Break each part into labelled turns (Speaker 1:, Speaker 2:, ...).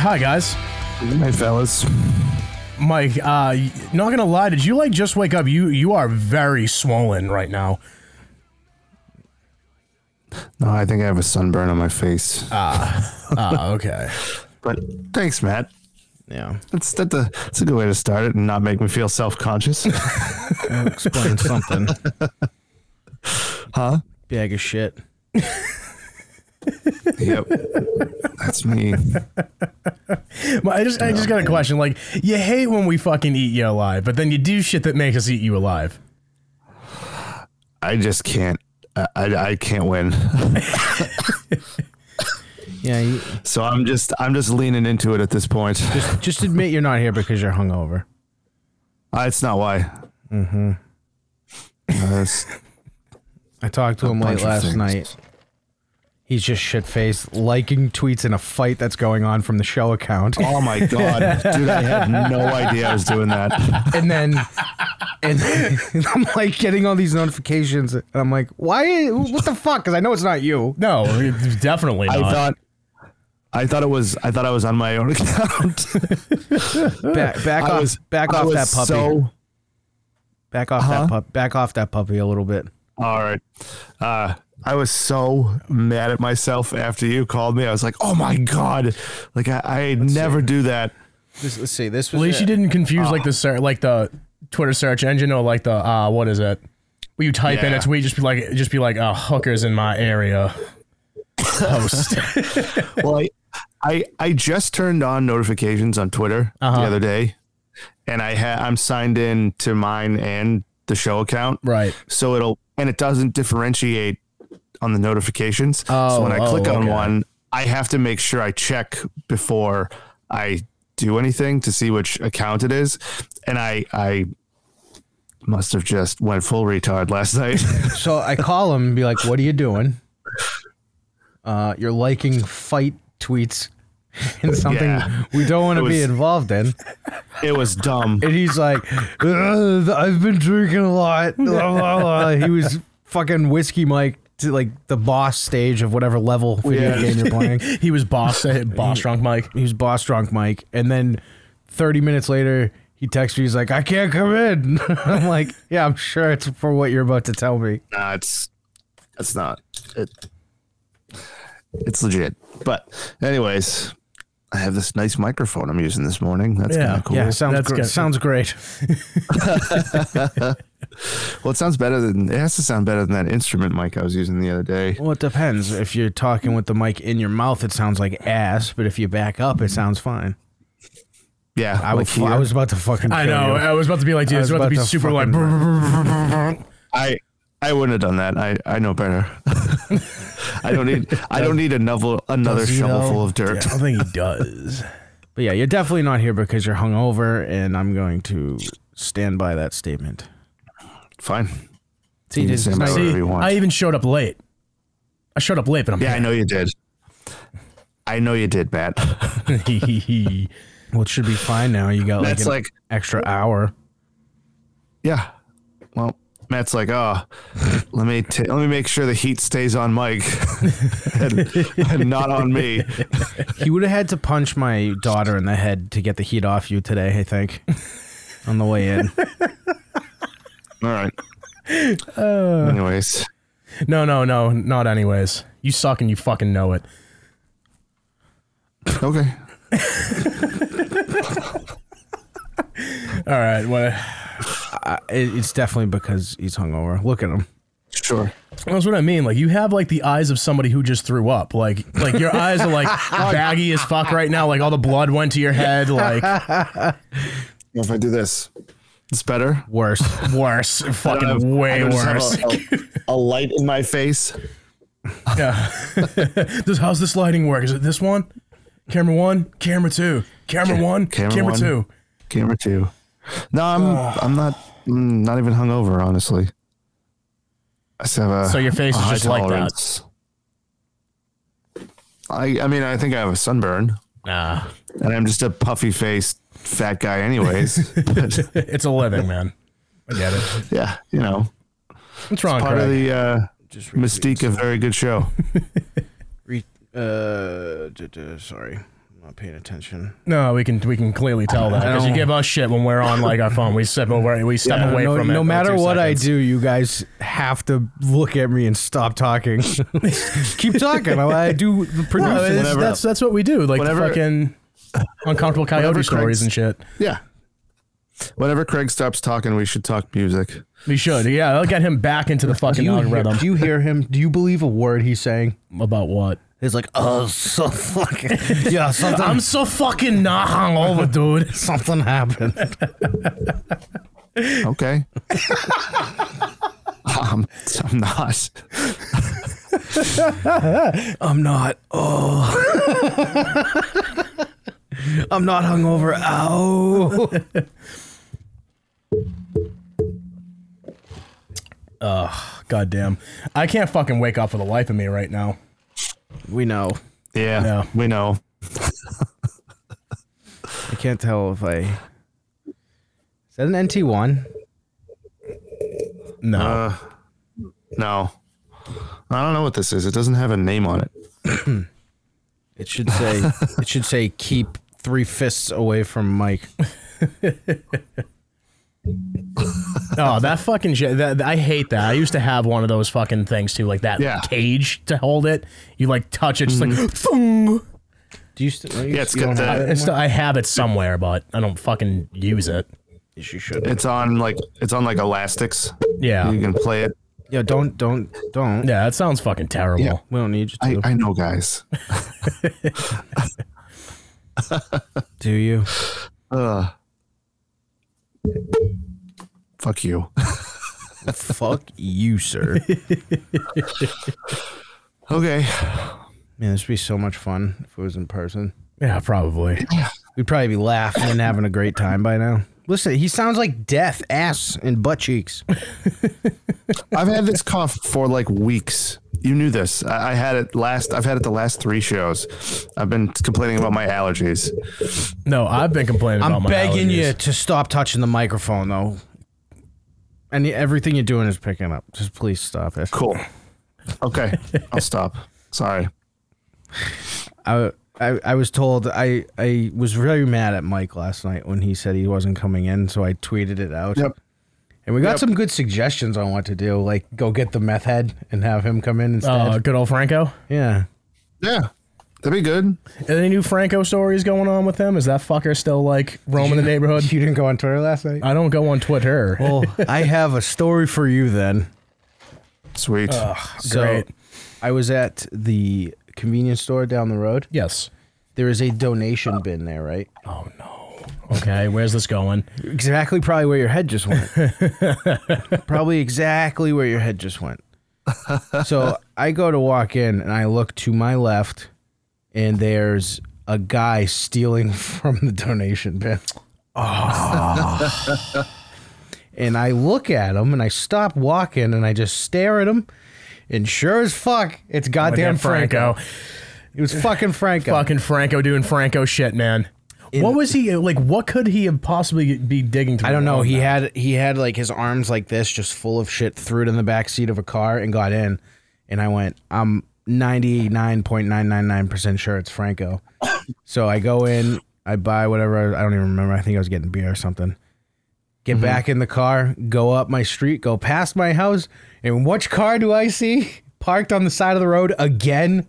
Speaker 1: Hi, guys.
Speaker 2: Hey, fellas.
Speaker 1: Mike, uh, y- not gonna lie, did you like just wake up? You you are very swollen right now.
Speaker 2: No, Oh, I think I have a sunburn on my face.
Speaker 1: Ah, okay.
Speaker 2: but thanks, Matt.
Speaker 3: Yeah.
Speaker 2: That's that the that's a good way to start it and not make me feel self conscious.
Speaker 3: Explain something. Huh? Bag of shit.
Speaker 2: yep. That's me.
Speaker 1: Well, I just I just got a question. Like, you hate when we fucking eat you alive, but then you do shit that makes us eat you alive.
Speaker 2: I just can't I, I, I can't win.
Speaker 3: Yeah, you,
Speaker 2: So I'm just I'm just leaning into it at this point.
Speaker 3: just just admit you're not here because you're hungover.
Speaker 2: Uh, it's not why. Mm-hmm.
Speaker 3: I talked to him
Speaker 2: bunch
Speaker 3: late
Speaker 2: of
Speaker 3: last
Speaker 2: things.
Speaker 3: night. He's just shit faced, liking tweets in a fight that's going on from the show account.
Speaker 2: oh my god. Dude, I had no idea I was doing that.
Speaker 3: and then and I'm like getting all these notifications and I'm like, why what the fuck? Because I know it's not you.
Speaker 1: No, it's definitely
Speaker 2: I
Speaker 1: not.
Speaker 2: thought I thought it was I thought I was on my own account.
Speaker 3: Back back
Speaker 2: I
Speaker 3: off
Speaker 2: was
Speaker 3: back
Speaker 2: I
Speaker 3: off
Speaker 2: was
Speaker 3: that puppy.
Speaker 2: So Uh-huh.
Speaker 3: back off
Speaker 2: Huh?
Speaker 3: that pup back off that puppy a little bit.
Speaker 2: All right. Uh, I was so mad at myself after you called me. I was like, oh my God. Like, I, I never do that.
Speaker 3: This, let's see. This was
Speaker 1: At least you didn't confuse
Speaker 2: Ah.
Speaker 1: like the ser- like the Twitter search engine or like the uh, what is it? Where you type in
Speaker 2: Yeah.
Speaker 1: it's we just be like just be like uh, hookers in my area. Post.
Speaker 2: Well, I, I, I just turned on notifications on Twitter
Speaker 1: Uh-huh.
Speaker 2: the other day, and I ha- I'm signed in to mine and the show account.
Speaker 1: right.
Speaker 2: So it'll, and it doesn't differentiate on the notifications.
Speaker 1: Oh,
Speaker 2: so when I
Speaker 1: oh,
Speaker 2: click on
Speaker 1: okay.
Speaker 2: one, I have to make sure I check before I do anything to see which account it is. And I, I must have just went full retard last night.
Speaker 3: So I call him and be like, "What are you doing? Uh, you're liking fight tweets and something
Speaker 2: Yeah.
Speaker 3: we don't want
Speaker 2: It
Speaker 3: to be
Speaker 2: was-
Speaker 3: involved in."
Speaker 2: it was dumb.
Speaker 3: And he's like, "Ugh, "I've been drinking a lot." Blah, blah, blah. He was fucking whiskey Mike to like the boss stage of whatever level video
Speaker 2: Yeah.
Speaker 3: game you're playing.
Speaker 1: He was boss uh, boss drunk Mike.
Speaker 3: He was boss drunk Mike, and then 30 minutes later. He texts me. He's like, "I can't come in." I'm like, "Yeah, I'm sure it's for what you're about to tell me."
Speaker 2: Nah, it's, it's not. It, it's legit. But, anyways, I have this nice microphone I'm using this morning. That's
Speaker 1: Yeah,
Speaker 2: kind of cool.
Speaker 3: Yeah, sounds
Speaker 1: that's
Speaker 3: gr-
Speaker 1: good.
Speaker 3: sounds great.
Speaker 2: Well, it sounds better than it has to sound better than that instrument mic I was using the other day.
Speaker 3: Well, it depends. If you're talking with the mic in your mouth, it sounds like ass. But if you back up, it sounds fine.
Speaker 2: Yeah,
Speaker 3: I, would,
Speaker 2: like
Speaker 3: fu-
Speaker 2: here.
Speaker 3: I was about to fucking.
Speaker 1: I
Speaker 3: kill
Speaker 1: know.
Speaker 3: you.
Speaker 1: I was about to be like, dude,
Speaker 3: I
Speaker 1: it's
Speaker 3: was
Speaker 1: about
Speaker 3: about
Speaker 1: to be
Speaker 3: to
Speaker 1: super like.
Speaker 2: I I wouldn't have done that. I I know better. I don't need I don't need another another
Speaker 3: Does he
Speaker 2: shovelful
Speaker 3: know?
Speaker 2: of
Speaker 1: I
Speaker 2: dirt.
Speaker 1: don't think he does.
Speaker 3: But yeah, you're definitely not here because you're hungover, and I'm going to stand by that statement.
Speaker 2: Fine.
Speaker 3: See,
Speaker 2: You can
Speaker 3: it's
Speaker 2: stand by
Speaker 3: nice-
Speaker 2: it.
Speaker 1: See,
Speaker 2: Whatever you want.
Speaker 1: I even showed up late. I showed up late, but I'm
Speaker 2: Yeah, I know you did. I know you did, Matt.
Speaker 1: know.
Speaker 3: well, it should be fine now. You got like
Speaker 2: That's
Speaker 3: an
Speaker 2: like-
Speaker 3: extra hour.
Speaker 2: Yeah. Well, Matt's like, oh, let me t- let me make sure the heat stays on Mike and, and not on me.
Speaker 3: He would have had to punch my daughter in the head to get the heat off you today. I think on the way in.
Speaker 2: All right. Uh. Anyways,
Speaker 1: no, no, no, not anyways. You suck and you fucking know it.
Speaker 2: okay.
Speaker 1: All right, what?
Speaker 3: I, it- it's definitely because he's hungover. Look at him.
Speaker 2: Sure.
Speaker 1: That's what I mean. Like you have like the eyes of somebody who just threw up. Like like your eyes are like baggy as fuck right now. Like all the blood went to your head. Like
Speaker 2: If I do this, it's better.
Speaker 3: Worse.
Speaker 1: worse, fucking
Speaker 2: I don't have-
Speaker 1: way
Speaker 2: I just have
Speaker 1: worse.
Speaker 2: A, a- a light in my face.
Speaker 1: yeah. This- how's this lighting work? Is it this one? Camera one, camera two, camera one, camera,
Speaker 2: camera one.
Speaker 1: two.
Speaker 2: Camera two. No, I'm I'm not mm, not even hungover, honestly. I just have a
Speaker 1: So your face
Speaker 2: a
Speaker 1: is
Speaker 2: high
Speaker 1: just like that.
Speaker 2: tolerance. I I mean I think I have a sunburn,
Speaker 1: Nah,
Speaker 2: and I'm just a puffy faced fat guy, anyways. but
Speaker 1: it's a living, man. I get it.
Speaker 2: yeah, you know,
Speaker 1: What's wrong,
Speaker 2: part of
Speaker 1: Craig?
Speaker 2: the uh,
Speaker 3: Just
Speaker 2: mystique of very good show.
Speaker 3: Re- uh, d- d- sorry, not paying attention.
Speaker 1: No, we can we can clearly tell that because you give us shit when we're on like our phone. We step over, we step away
Speaker 3: Uh, no,
Speaker 1: from it.
Speaker 3: no
Speaker 1: for
Speaker 3: matter
Speaker 1: two
Speaker 3: what I
Speaker 1: seconds.
Speaker 3: do, you guys have to look at me and stop talking. Keep talking. I, I do the
Speaker 1: No, it's-
Speaker 3: producing.
Speaker 2: Whenever-
Speaker 1: that's that's what we do. Like the
Speaker 2: Whenever-
Speaker 1: fucking uncomfortable coyote
Speaker 2: Whenever
Speaker 1: stories
Speaker 2: Craig's-
Speaker 1: and shit.
Speaker 2: Yeah. Whenever Craig stops talking, we should talk music.
Speaker 1: We should. Yeah, that'll get him back into the
Speaker 3: do,
Speaker 1: fucking
Speaker 3: you hear,
Speaker 1: algorithm.
Speaker 3: do you hear him? Do you believe a word he's saying?
Speaker 1: About what?
Speaker 3: He's like, oh, so fucking yeah. Something,
Speaker 1: I'm so fucking not hungover, dude.
Speaker 3: something happened.
Speaker 2: Okay. um, I'm not.
Speaker 3: I'm not. Oh, I'm not hungover. Ow.
Speaker 1: God damn. I can't fucking wake up for the life of me right now.
Speaker 3: we know.
Speaker 2: Yeah.
Speaker 1: No.
Speaker 2: We know.
Speaker 3: I can't tell if I. Is that an NT one?
Speaker 1: No.
Speaker 3: Uh.
Speaker 2: No. I don't know what this is. It doesn't have a name on it.
Speaker 3: It should say it should say keep three fists away from Mike.
Speaker 1: oh, that fucking shit. That, that- I hate that. I used to have one of those fucking things too, like that
Speaker 2: Yeah.
Speaker 1: cage to hold it. You like touch it, just
Speaker 3: Mm-hmm.
Speaker 1: like thung.
Speaker 3: Do you still?
Speaker 2: Yeah, it's got
Speaker 1: I,
Speaker 2: the.
Speaker 1: it's still- I have it somewhere, but I don't fucking use it.
Speaker 3: You should.
Speaker 2: It's on like it's on like elastics.
Speaker 1: Yeah.
Speaker 2: You can play it.
Speaker 3: Yeah, don't, don't, don't.
Speaker 1: Yeah, that sounds fucking terrible.
Speaker 2: Yeah.
Speaker 3: We don't need you
Speaker 2: I,
Speaker 3: to.
Speaker 2: I know, guys.
Speaker 3: Do you?
Speaker 2: Fuck you.
Speaker 3: Fuck you, sir.
Speaker 2: Okay.
Speaker 3: Man, this would be so much fun if it was in person.
Speaker 1: Yeah, probably.
Speaker 3: We'd probably be laughing and having a great time by now. Listen, he sounds like death, ass, and butt cheeks.
Speaker 2: I've had this cough for like weeks. You knew this. I, I had it last. I've had it the last three shows. I've been complaining about my allergies.
Speaker 1: No, I've been complaining
Speaker 3: I'm
Speaker 1: about my
Speaker 3: begging you
Speaker 1: allergies.
Speaker 3: to stop touching the microphone, though. And everything you're doing is picking up. Just please stop it.
Speaker 2: Cool. Okay, I'll stop. Sorry.
Speaker 3: I, I I was told I I was very mad at Mike last night when he said he wasn't coming in, so I tweeted it out.
Speaker 2: Yep.
Speaker 3: And we got
Speaker 2: Yep.
Speaker 3: some good suggestions on what to do, like go get the meth head and have him come in instead.
Speaker 1: Uh, good old Franco.
Speaker 3: yeah.
Speaker 2: Yeah, that'd be good.
Speaker 1: Any new Franco stories going on with him? Is that fucker still like roaming the neighborhood?
Speaker 3: You didn't go on Twitter last night.
Speaker 1: I don't go on Twitter.
Speaker 3: well, Oh, I have a story for you then.
Speaker 2: Sweet.
Speaker 3: So
Speaker 1: Great.
Speaker 3: I was at the convenience store down the road.
Speaker 1: yes.
Speaker 3: There is a donation bin there, right?
Speaker 1: Oh no. Okay, where's this going?
Speaker 3: Exactly, probably where your head just went. probably exactly where your head just went. So I go to walk in and I look to my left, and there's a guy stealing from the donation bin. Oh. and I look at him and I stop walking and I just stare at him. And sure as fuck, it's goddamn
Speaker 1: Goddamn
Speaker 3: Franco. It was fucking Franco.
Speaker 1: Fucking Franco doing Franco shit, man. what was he like? What could he have possibly be digging through?
Speaker 3: I don't know.
Speaker 1: He
Speaker 3: He had he had like his arms like this, just full of shit. Threw it in the back seat of a car and got in. And I went, I'm ninety nine point nine nine nine percent sure it's Franco. So I go in, I buy whatever. I don't even remember. I think I was getting beer or something. Get back in the car, go up my street, go past my house, and which car do I see parked on the side of the road again?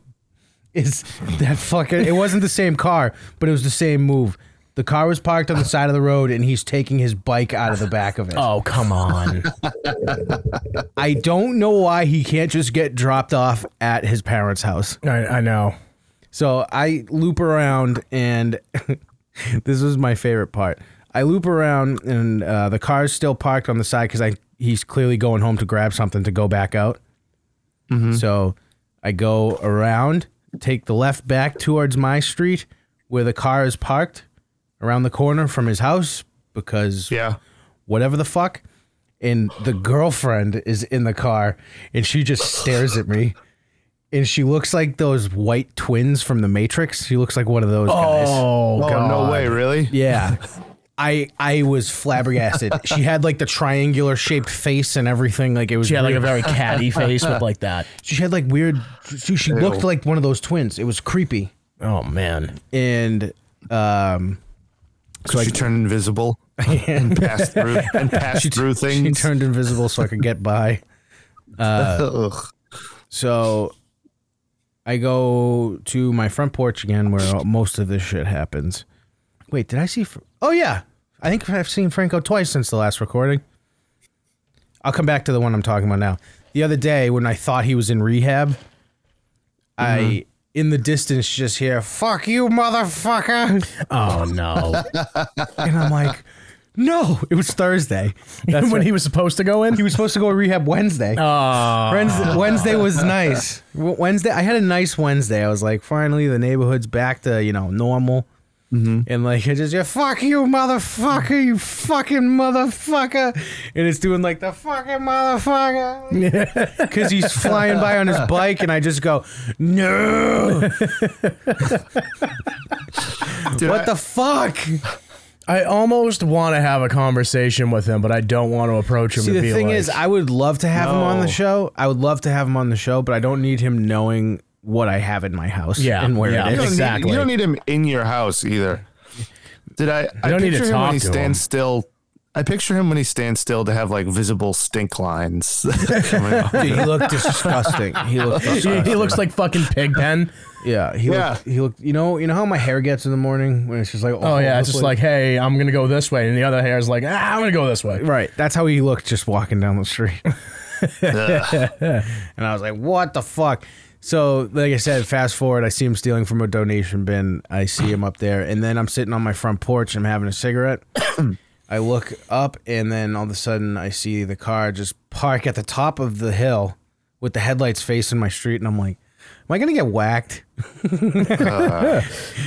Speaker 3: Is that fucking? It wasn't the same car, but it was the same move. The car was parked on the side of the road, and he's taking his bike out of the back of it.
Speaker 1: Oh come on.
Speaker 3: I don't know why he can't just get dropped off at his parents' house.
Speaker 1: I, I know.
Speaker 3: So I loop around, and this was my favorite part. I loop around, and uh, the car's still parked on the side because I he's clearly going home to grab something to go back out. So I go around, take the left back towards my street where the car is parked around the corner from his house because
Speaker 2: yeah.
Speaker 3: whatever the fuck. And the girlfriend is in the car and she just stares at me. And she looks like those white twins from the Matrix. She looks like one of those guys.
Speaker 1: Oh,
Speaker 2: Oh
Speaker 1: god.
Speaker 2: no way! Really?
Speaker 3: Yeah. I I was flabbergasted. she had like the triangular shaped face and everything. Like it was
Speaker 1: She had like a
Speaker 3: weird.
Speaker 1: very catty face with like that.
Speaker 3: she had like weird she, she looked like one of those twins. It was creepy.
Speaker 1: Oh man.
Speaker 3: and um,
Speaker 2: So she turned invisible and passed through and passed through things.
Speaker 3: she turned invisible so I could get by.
Speaker 2: Ugh.
Speaker 3: So I go to my front porch again where most of this shit happens. Wait, did I see? Fr- Oh, yeah. I think I've seen Franco twice since the last recording. I'll come back to the one I'm talking about now. The other day when I thought he was in rehab, I, in the distance, just hear, fuck you, motherfucker.
Speaker 1: Oh no.
Speaker 3: And I'm like, no, it was Thursday. That's
Speaker 1: when
Speaker 3: when
Speaker 1: he was supposed to go in.
Speaker 3: he was supposed to go to rehab Wednesday.
Speaker 1: Oh.
Speaker 3: Wednesday, Wednesday was nice. W- Wednesday, I had a nice Wednesday. I was like, finally, the neighborhood's back to you know normal.
Speaker 1: Mm-hmm.
Speaker 3: And like, I just yeah, fuck you, motherfucker, you fucking motherfucker, and it's doing like the fucking motherfucker, because he's flying by on his bike, and I just go, no,
Speaker 2: Dude,
Speaker 3: what
Speaker 2: I-
Speaker 3: the fuck?
Speaker 1: I almost want to have a conversation with him, but I don't want to approach him.
Speaker 3: See,
Speaker 1: and
Speaker 3: the
Speaker 1: be
Speaker 3: thing
Speaker 1: like,
Speaker 3: is, I would love to have him on the
Speaker 2: No.
Speaker 3: show. I would love to have him on the show, but I don't need him knowing what I have in my house
Speaker 1: Yeah,
Speaker 3: and where
Speaker 1: yeah.
Speaker 3: it
Speaker 2: You
Speaker 3: is.
Speaker 2: don't need-
Speaker 1: Exactly.
Speaker 2: you don't need him in your house either. Did I? I
Speaker 1: don't need to
Speaker 2: picture him
Speaker 1: talk
Speaker 2: when he
Speaker 1: to
Speaker 2: stands
Speaker 1: him.
Speaker 2: still. I picture him when he stands still to have like visible stink lines. coming off.
Speaker 3: Dude, he looked disgusting. He looked
Speaker 1: he,
Speaker 3: disgusting.
Speaker 1: he looks like fucking Pigpen.
Speaker 3: yeah, he
Speaker 2: Yeah.
Speaker 3: looked he looked you know, you know how my hair gets in the morning when it's just like
Speaker 1: Oh yeah, it's
Speaker 3: this
Speaker 1: just
Speaker 3: way?
Speaker 1: like, hey, I'm gonna go this way, and the other hair is like, ah, I'm gonna go this way.
Speaker 3: right. That's how he looked just walking down the street. and I was like, "What the fuck?" So, like I said, fast forward, I see him stealing from a donation bin. I see him up there, and then I'm sitting on my front porch. I'm having a cigarette. I look up, and then all of a sudden, I see the car just park at the top of the hill with the headlights facing my street, and I'm like, "Am I gonna get whacked?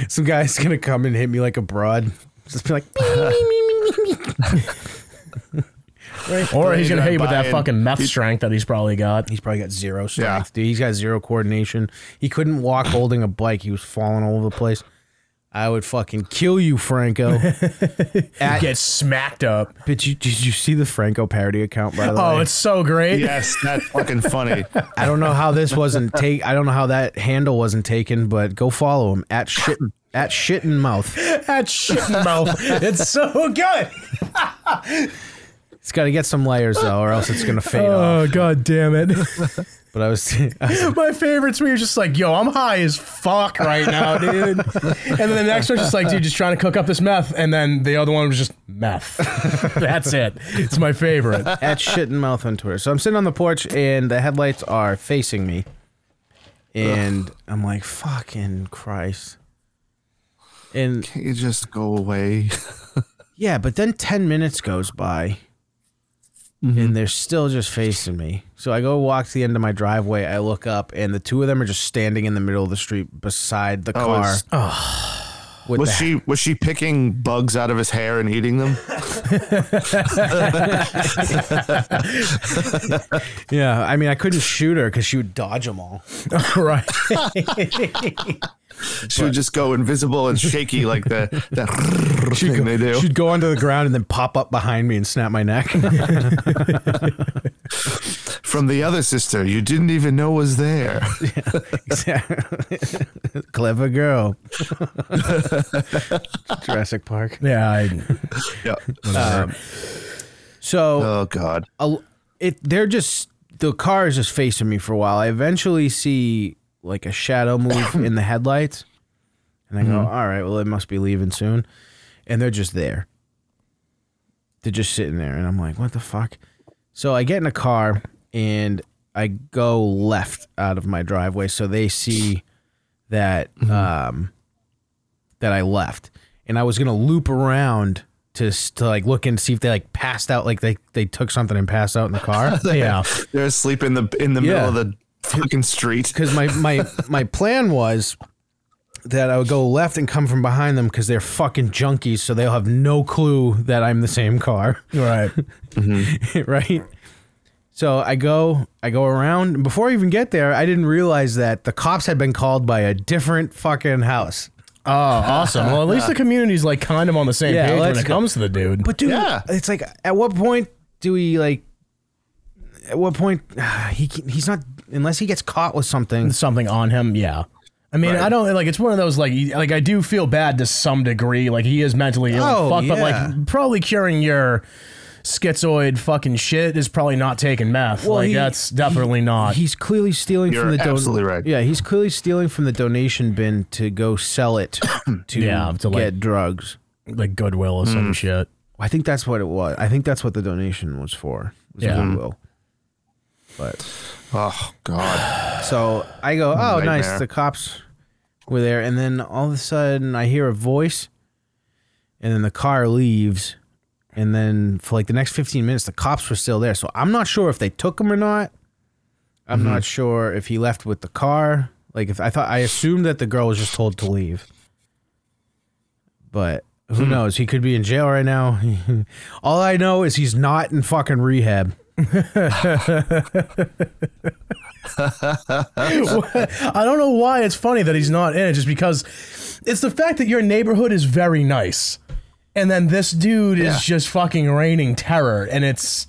Speaker 3: Some guy's gonna come and hit me like a broad." Just be like,
Speaker 1: Or he's gonna
Speaker 2: Right,
Speaker 1: hate with that
Speaker 2: Brian.
Speaker 1: fucking meth strength that he's probably got.
Speaker 3: He's probably got zero
Speaker 2: Yeah.
Speaker 3: strength, dude. He's got zero coordination. He couldn't walk holding a bike. He was falling all over the place. I would fucking kill you, Franco. At-
Speaker 1: Gets smacked up.
Speaker 3: did you did you see the Franco parody account by the way?
Speaker 1: Oh, it's so great.
Speaker 2: yes, that's fucking funny.
Speaker 3: I don't know how this wasn't take. I don't know how that handle wasn't taken, but go follow him at shit at shit and mouth.
Speaker 1: That shit mouth. It's so good.
Speaker 3: It's got to get some layers though, or else it's gonna fade off.
Speaker 1: Oh god damn it.
Speaker 3: But I was, I was
Speaker 1: My favorite tweet was just like, yo, I'm high as fuck right now, dude. and then the next one's just like, dude, just trying to cook up this meth. And then the other one was just meth. That's it. It's my favorite.
Speaker 3: at shit and mouth on Twitter. So I'm sitting on the porch and the headlights are facing me. And I'm like, fucking Christ. And
Speaker 2: You just go away.
Speaker 3: yeah, but then 10 minutes goes by and they're still just facing me. So I go walk to the end of my driveway. I look up and the two of them are just standing in the middle of the street beside the
Speaker 2: Oh,
Speaker 3: car.
Speaker 2: it's-
Speaker 3: with
Speaker 2: Was
Speaker 3: the-
Speaker 2: she was she picking bugs out of his hair and eating them?
Speaker 3: yeah, I mean, I couldn't shoot her because she would dodge them all.
Speaker 1: right.
Speaker 2: She would just go invisible and shaky like the that thing they do.
Speaker 3: She'd go onto the ground and then pop up behind me and snap my neck.
Speaker 2: From the other sister, you didn't even know was there.
Speaker 3: Clever girl. Jurassic Park.
Speaker 1: Yeah. Um, I,
Speaker 2: Yeah.
Speaker 3: So
Speaker 2: Oh God.
Speaker 3: a- it they're just the car is just facing me for a while. I eventually see like a shadow move in the headlights, and I go, "All right, well it must be leaving soon," and they're just there. They're just sitting there, and I'm like, "What the fuck?" So I get in a car and I go left out of my driveway, so they see that um, that I left, and I was gonna loop around to s- to like look and see if they like passed out, like they they took something and passed out in the car.
Speaker 1: yeah.
Speaker 2: They're asleep in the in the
Speaker 3: Yeah.
Speaker 2: middle of the fucking street.
Speaker 3: because my my my plan was that I would go left and come from behind them because they're fucking junkies, so they'll have no clue that I'm the same car,
Speaker 1: Right.
Speaker 3: right? So I go I go around before I even get there. I didn't realize that the cops had been called by a different fucking house.
Speaker 1: Oh, awesome. Well, at least the community's like kind of on the same
Speaker 3: Yeah,
Speaker 1: page when
Speaker 3: let's
Speaker 1: it
Speaker 3: go.
Speaker 1: comes to the dude.
Speaker 3: But dude,
Speaker 2: Yeah.
Speaker 3: it's like at what point do we like? At what point he he's not unless he gets caught with something.
Speaker 1: Something on him. Yeah. I mean,
Speaker 2: Right.
Speaker 1: I don't like. It's one of those like, you- like I do feel bad to some degree. Like he is mentally ill,
Speaker 3: Oh,
Speaker 1: fuck, but
Speaker 3: yeah.
Speaker 1: like probably curing your schizoid fucking shit is probably not taking meth. like
Speaker 3: he-
Speaker 1: that's definitely not.
Speaker 3: He's clearly stealing
Speaker 2: You're
Speaker 3: from the
Speaker 2: absolutely right.
Speaker 3: Yeah, he's clearly stealing from the donation bin to go sell it to,
Speaker 1: Yeah, to, like-
Speaker 3: get drugs.
Speaker 1: like Goodwill or
Speaker 3: Mm.
Speaker 1: some shit.
Speaker 3: I think that's what it was. I think that's what the donation was for. Was
Speaker 1: Yeah.
Speaker 3: Goodwill. But
Speaker 2: Oh God.
Speaker 3: so I go, oh, nice.
Speaker 2: Nightmare.
Speaker 3: The cops were there, and then all of a sudden I hear a voice, and then the car leaves, and then for like the next fifteen minutes the cops were still there. So I'm not sure if they took him or not. I'm
Speaker 2: Mm-hmm.
Speaker 3: not sure if he left with the car. Like if I thought I assumed that the girl was just told to leave. But who
Speaker 2: Hmm.
Speaker 3: knows? He could be in jail right now. All I know is he's not in fucking rehab.
Speaker 1: I don't know why it's funny that he's not in it, just because it's the fact that your neighborhood is very nice. And then this dude
Speaker 2: Yeah.
Speaker 1: is just fucking raining terror. And it's,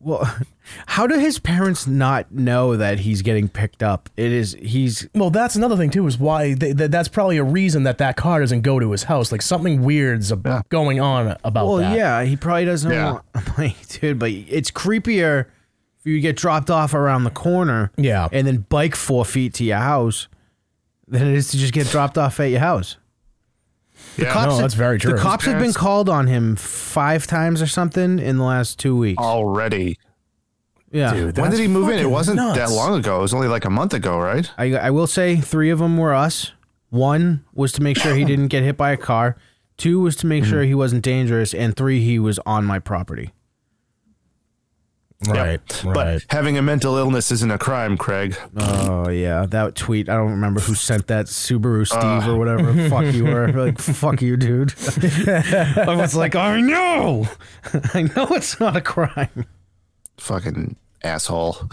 Speaker 3: Well, how do his parents not know that he's getting picked up? It is he's
Speaker 1: well, that's another thing, too, is why they, that that's probably a reason that that car doesn't go to his house. Like something weird's ab-
Speaker 2: Yeah.
Speaker 1: going on about
Speaker 3: well,
Speaker 1: that.
Speaker 3: yeah, he probably doesn't.
Speaker 2: Yeah.
Speaker 3: Want, I'm like, dude, but it's creepier if you get dropped off around the corner,
Speaker 1: Yeah.
Speaker 3: and then bike four feet to your house, than it is to just get dropped off at your house.
Speaker 2: Yeah.
Speaker 1: no, that's very true.
Speaker 3: The cops have been
Speaker 2: parents-
Speaker 3: called on him five times or something in the last two
Speaker 2: Oh,
Speaker 3: weeks.
Speaker 2: Already.
Speaker 3: yeah,
Speaker 1: Dude,
Speaker 2: when
Speaker 1: that's
Speaker 2: did he move in? It
Speaker 1: fucking
Speaker 2: wasn't that
Speaker 1: nuts.
Speaker 2: long ago. It was only like a month ago, right?
Speaker 3: I, I will say three of them were us. One was to make sure he didn't get hit by a car. Two was to make sure he wasn't dangerous, and three he was on my property.
Speaker 1: Right. Right.
Speaker 2: But having a mental illness isn't a crime, Craig.
Speaker 3: Oh yeah, that tweet. I don't remember who sent that. Subaru Steve or whatever. fuck you were like fuck you, dude. I was like, I know, I know it's not a crime.
Speaker 2: Fucking asshole.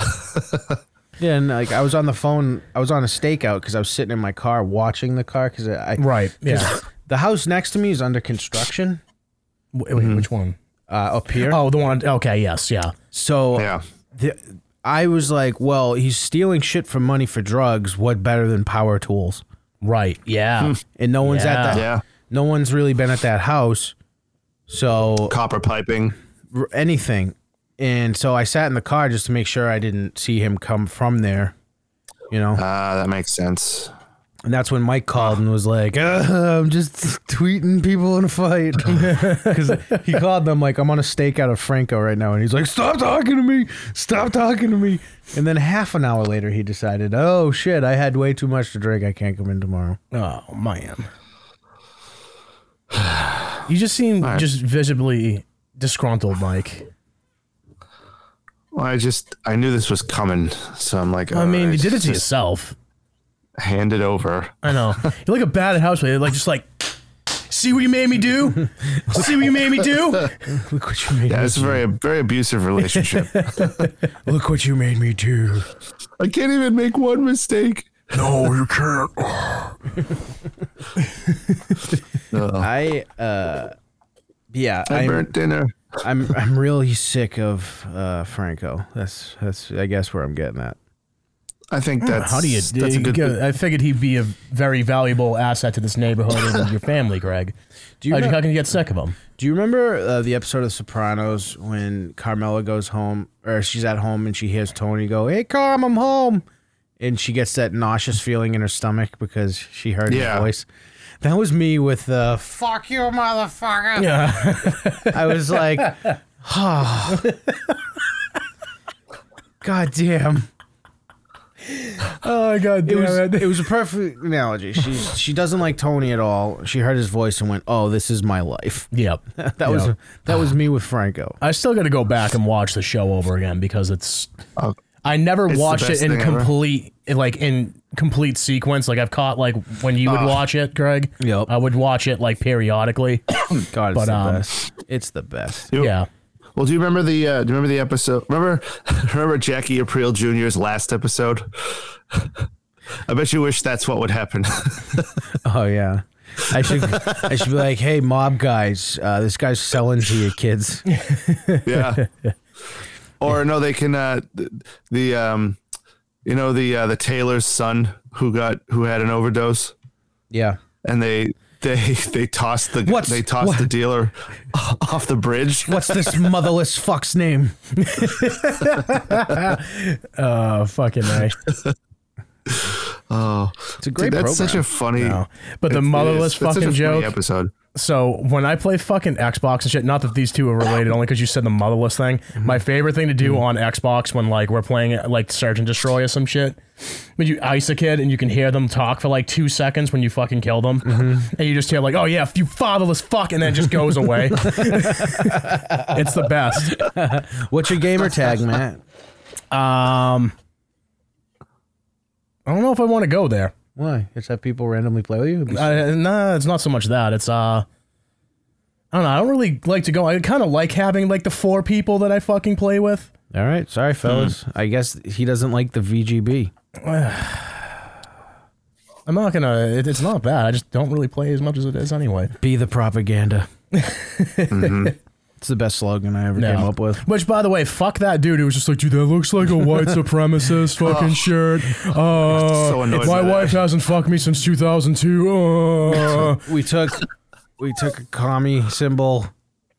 Speaker 3: Yeah, and like I was on the phone. I was on a stakeout because I was sitting in my car watching the car because I
Speaker 1: right. Yeah.
Speaker 3: the house next to me is under construction
Speaker 1: Wait, wait, Which one?
Speaker 3: uh, up here.
Speaker 1: Oh, the one. Okay. Yes. Yeah.
Speaker 3: So
Speaker 2: yeah.
Speaker 3: the, I was like, well, he's stealing shit for money for drugs. What better than power tools?
Speaker 1: Right. Yeah.
Speaker 3: And no one's at that.
Speaker 2: Yeah.
Speaker 3: No one's really been at that house. So
Speaker 2: Copper piping.
Speaker 3: r- anything. And so I sat in the car just to make sure I didn't see him come from there, you know.
Speaker 2: Ah, that makes sense.
Speaker 3: And that's when Mike called and was like, "Ugh, "I'm just tweeting people in a fight," because he called them like, "I'm on a stakeout of Franco right now," and he's like, "Stop talking to me! Stop talking to me!" And then half an hour later, he decided, "Oh shit, I had way too much to drink. I can't come in tomorrow."
Speaker 2: Hmm.
Speaker 1: Oh man. You just seem
Speaker 2: right.
Speaker 1: just visibly disgruntled, Mike.
Speaker 2: Well, I just I knew this was coming, so I'm like,
Speaker 1: I mean, you
Speaker 2: alright,
Speaker 1: did it to
Speaker 2: just
Speaker 1: yourself.
Speaker 2: hand it over.
Speaker 1: I know. You're like a bad housemate. Like just like, see what you made me do. see what you made me do.
Speaker 3: Look what you made!
Speaker 2: Yeah, it's a very very abusive relationship.
Speaker 3: Look what you made me do!
Speaker 2: I can't even make one mistake. No, you can't.
Speaker 3: I, uh, yeah,
Speaker 2: I
Speaker 3: I'm-
Speaker 2: burnt dinner.
Speaker 3: I'm I'm really sick of uh, Franco. That's that's I guess where I'm getting at.
Speaker 2: I think that's
Speaker 1: How do you?
Speaker 2: That's a good.
Speaker 1: I figured he'd be a very valuable asset to this neighborhood and your family, Greg. Do
Speaker 3: you
Speaker 1: you? How,
Speaker 3: know-
Speaker 1: can you get sick of him?
Speaker 3: Do you remember uh, the episode of Sopranos when Carmela goes home or she's at home and she hears Tony go, "Hey Carm, I'm home," and she gets that nauseous feeling in her stomach because she heard
Speaker 2: Yeah.
Speaker 3: his voice. That was me with the "fuck you, motherfucker."
Speaker 1: Yeah.
Speaker 3: I was like, oh. God damn.
Speaker 1: oh god
Speaker 3: it was it was a perfect analogy. She she doesn't like Tony at all. She heard his voice and went, "Oh, this is my life."
Speaker 1: Yep.
Speaker 3: That was
Speaker 1: Yep.
Speaker 3: that was me with Franco.
Speaker 1: I still got to go back and watch the show over again because it's. I never
Speaker 2: the
Speaker 1: watched it
Speaker 2: best
Speaker 1: in
Speaker 2: thing ever.
Speaker 1: complete, like in complete sequence. Like I've caught like when you would
Speaker 2: Ah.
Speaker 1: watch it, Greg.
Speaker 3: Yep.
Speaker 1: I would watch it like periodically.
Speaker 3: God, it's
Speaker 1: But,
Speaker 3: the
Speaker 1: um,
Speaker 3: best. It's the best.
Speaker 2: Do-
Speaker 1: yeah.
Speaker 2: Well, do you remember the? Uh, do you remember the episode? Remember, remember Jackie Aprile Jr.'s last episode. I bet you wish that's what would happen.
Speaker 3: Oh yeah. I should I should be like, hey mob guys, uh, this guy's selling to you kids.
Speaker 2: yeah. Or no, they can. Uh, th- the um, you know the uh, the Taylor's son. who got who had an overdose,
Speaker 3: Yeah.
Speaker 2: and they they they tossed the
Speaker 3: What's-
Speaker 2: they tossed
Speaker 3: what-
Speaker 2: the dealer off the bridge.
Speaker 3: What's this motherless fuck's name?
Speaker 1: Oh, fucking right.
Speaker 2: Oh,
Speaker 3: It's a great
Speaker 2: that's
Speaker 3: program.
Speaker 2: such a funny.
Speaker 1: But the
Speaker 2: It's- it
Speaker 1: motherless
Speaker 2: is. That's such a
Speaker 1: fucking
Speaker 2: funny
Speaker 1: joke.
Speaker 2: episode.
Speaker 1: So when I play fucking Xbox and shit, not that these two are related, only because you said the motherless thing. My favorite thing to do on Xbox when like we're playing it, like Search and Destroy or some shit, when you ice a kid and you can hear them talk for like two seconds when you fucking kill them, and you just hear like, "Oh yeah, you fatherless fuck," and then it just goes away. it's the best.
Speaker 3: What's your gamer tag, Matt?
Speaker 1: Um, I don't know if I want to go there.
Speaker 3: Why? Just have people randomly play with you? It'd be s-
Speaker 1: Uh, nah, it's not so much that. It's uh, I don't know. I don't really like to go. I kind of like having like the four people that I fucking play with.
Speaker 3: All right. Sorry, fellas. I guess he doesn't like the VGB.
Speaker 1: I'm not gonna. It, it's not bad. I just don't really play as much as it is anyway.
Speaker 3: Be the propaganda. It's the best slogan I ever
Speaker 1: No.
Speaker 3: came up with.
Speaker 1: Which, by the way, fuck that dude who was just like, dude, that looks like a white supremacist fucking shirt. Uh,
Speaker 2: So annoyed
Speaker 1: my
Speaker 2: by that.
Speaker 1: wife hasn't fucked me since 2002. Uh.
Speaker 3: we took we took a commie symbol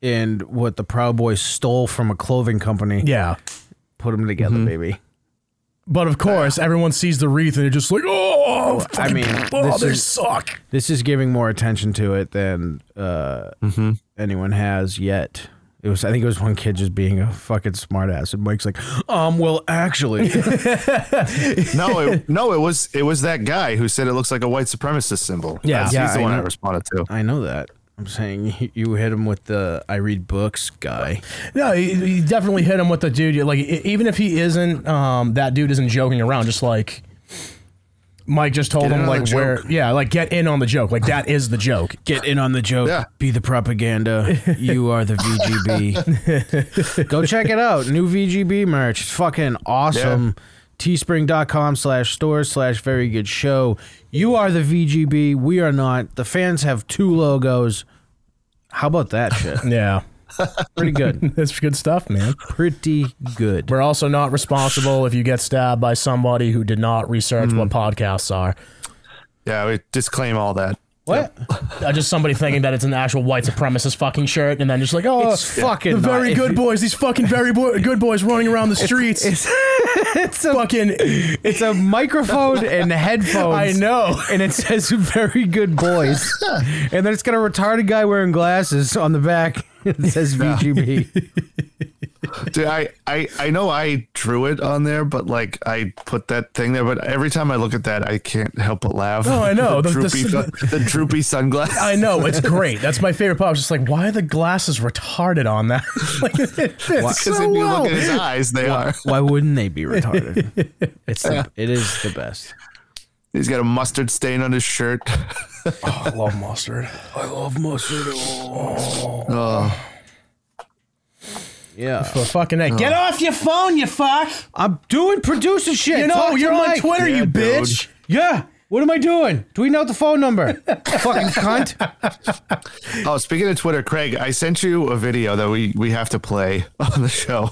Speaker 3: and what the Proud Boys stole from a clothing company,
Speaker 1: yeah.
Speaker 3: put them together, baby.
Speaker 1: But of course, everyone sees the wreath and they're just like, oh,
Speaker 3: I
Speaker 1: fucking,
Speaker 3: mean,
Speaker 1: oh
Speaker 3: this
Speaker 1: they
Speaker 3: is-
Speaker 1: suck.
Speaker 3: This is giving more attention to it than uh, anyone has yet. It was I think it was one kid just being a fucking smartass, and Mike's like, um, well, actually,
Speaker 2: No, it, no, it was it was that guy who said it looks like a white supremacist symbol.
Speaker 1: Yeah.
Speaker 2: That's-
Speaker 3: Yeah,
Speaker 2: he's the
Speaker 3: I
Speaker 2: one I
Speaker 3: know.
Speaker 2: responded to.
Speaker 3: I know that. I'm saying you- you hit him with the I read books guy.
Speaker 1: No, he, he definitely hit him with the dude. Like, e- even if he isn't, um, that dude isn't joking around. Just like Mike just told
Speaker 2: Get in
Speaker 1: him,
Speaker 2: on
Speaker 1: like
Speaker 2: the
Speaker 1: where,
Speaker 2: joke.
Speaker 1: yeah, like get in on the joke. Like that is the joke.
Speaker 3: Get in on the joke.
Speaker 2: Yeah.
Speaker 3: Be the propaganda. You are the VGB. Go check it out. New VGB merch. It's fucking awesome. Teespring.com slash store slash very good show. You are the VGB. We are not. The fans have two logos. How about that shit?
Speaker 1: Yeah,
Speaker 3: Pretty good.
Speaker 1: that's good stuff, man.
Speaker 3: Pretty good.
Speaker 1: We're also not responsible if you get stabbed by somebody who did not research
Speaker 3: Mm.
Speaker 1: what podcasts are.
Speaker 2: Yeah, we disclaim all that.
Speaker 3: What?
Speaker 1: Uh, just somebody thinking that it's an actual white supremacist fucking shirt, and then just like, oh,
Speaker 3: It's fucking
Speaker 1: the
Speaker 3: not.
Speaker 1: very
Speaker 3: If
Speaker 1: good
Speaker 3: you-
Speaker 1: boys, these fucking very boy, good boys running around the streets,
Speaker 3: It's a,
Speaker 1: fucking.
Speaker 3: it's a microphone and headphones.
Speaker 1: I know.
Speaker 3: and it says "Very Good Boys," and then it's got a retarded guy wearing glasses on the back. It says VGB.
Speaker 2: Dude, I, I I know I drew it on there, but like I put that thing there. But every time I look at that, I can't help but laugh.
Speaker 1: Oh, I know.
Speaker 2: the,
Speaker 1: The- the
Speaker 2: droopy, sun- the droopy sunglasses.
Speaker 1: I know it's great. That's my favorite part. I was just like, why are the glasses retarded on that? like, it fits
Speaker 2: Because
Speaker 1: so
Speaker 2: if you
Speaker 1: well.
Speaker 2: look at his eyes, they are.
Speaker 3: Why wouldn't they be retarded? It's the, it is the best.
Speaker 2: He's got a mustard stain on his shirt.
Speaker 1: I love mustard.
Speaker 3: I love mustard.
Speaker 2: Oh,
Speaker 3: Yeah,
Speaker 1: But fucking hey,
Speaker 3: Oh.
Speaker 1: get off your phone, you fuck.
Speaker 3: I'm doing producer shit.
Speaker 1: You know
Speaker 3: Talk to
Speaker 1: you're on
Speaker 3: Mike.
Speaker 1: Twitter,
Speaker 2: Yeah,
Speaker 1: you
Speaker 2: dude.
Speaker 1: bitch.
Speaker 3: Yeah. What am I doing? Tweeting out the phone number. Fucking cunt.
Speaker 2: oh! Speaking of Twitter, Craig, I sent you a video that we we have to play on the show.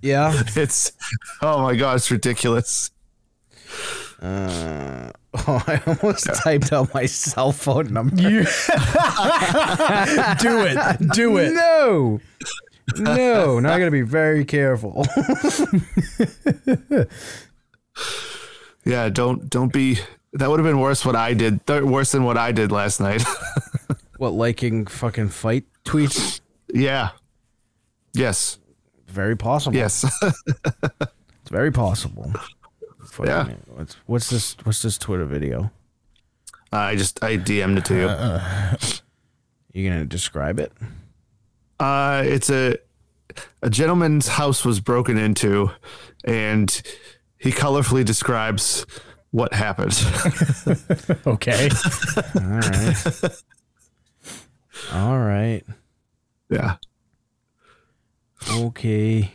Speaker 3: Yeah.
Speaker 2: It's oh my god, it's ridiculous.
Speaker 3: Uh, oh, I almost typed out my cell phone number.
Speaker 1: You do it. Do it.
Speaker 3: No. No. Now I gotta be very careful.
Speaker 2: Yeah, don't don't be. That would have been worse. What I did, th- worse than what I did last night.
Speaker 3: What liking fucking fight tweets?
Speaker 2: yeah. Yes.
Speaker 3: Very possible.
Speaker 2: Yes.
Speaker 3: it's very possible. Fucking-
Speaker 2: Yeah.
Speaker 3: What's what's this? What's this Twitter video?
Speaker 2: I just I DM'd it to you.
Speaker 1: Uh,
Speaker 3: You gonna describe it?
Speaker 2: Uh, it's a a gentleman's house was broken into, and he colorfully describes what happened.
Speaker 1: Okay.
Speaker 3: All right. All right.
Speaker 2: yeah,
Speaker 3: Okay.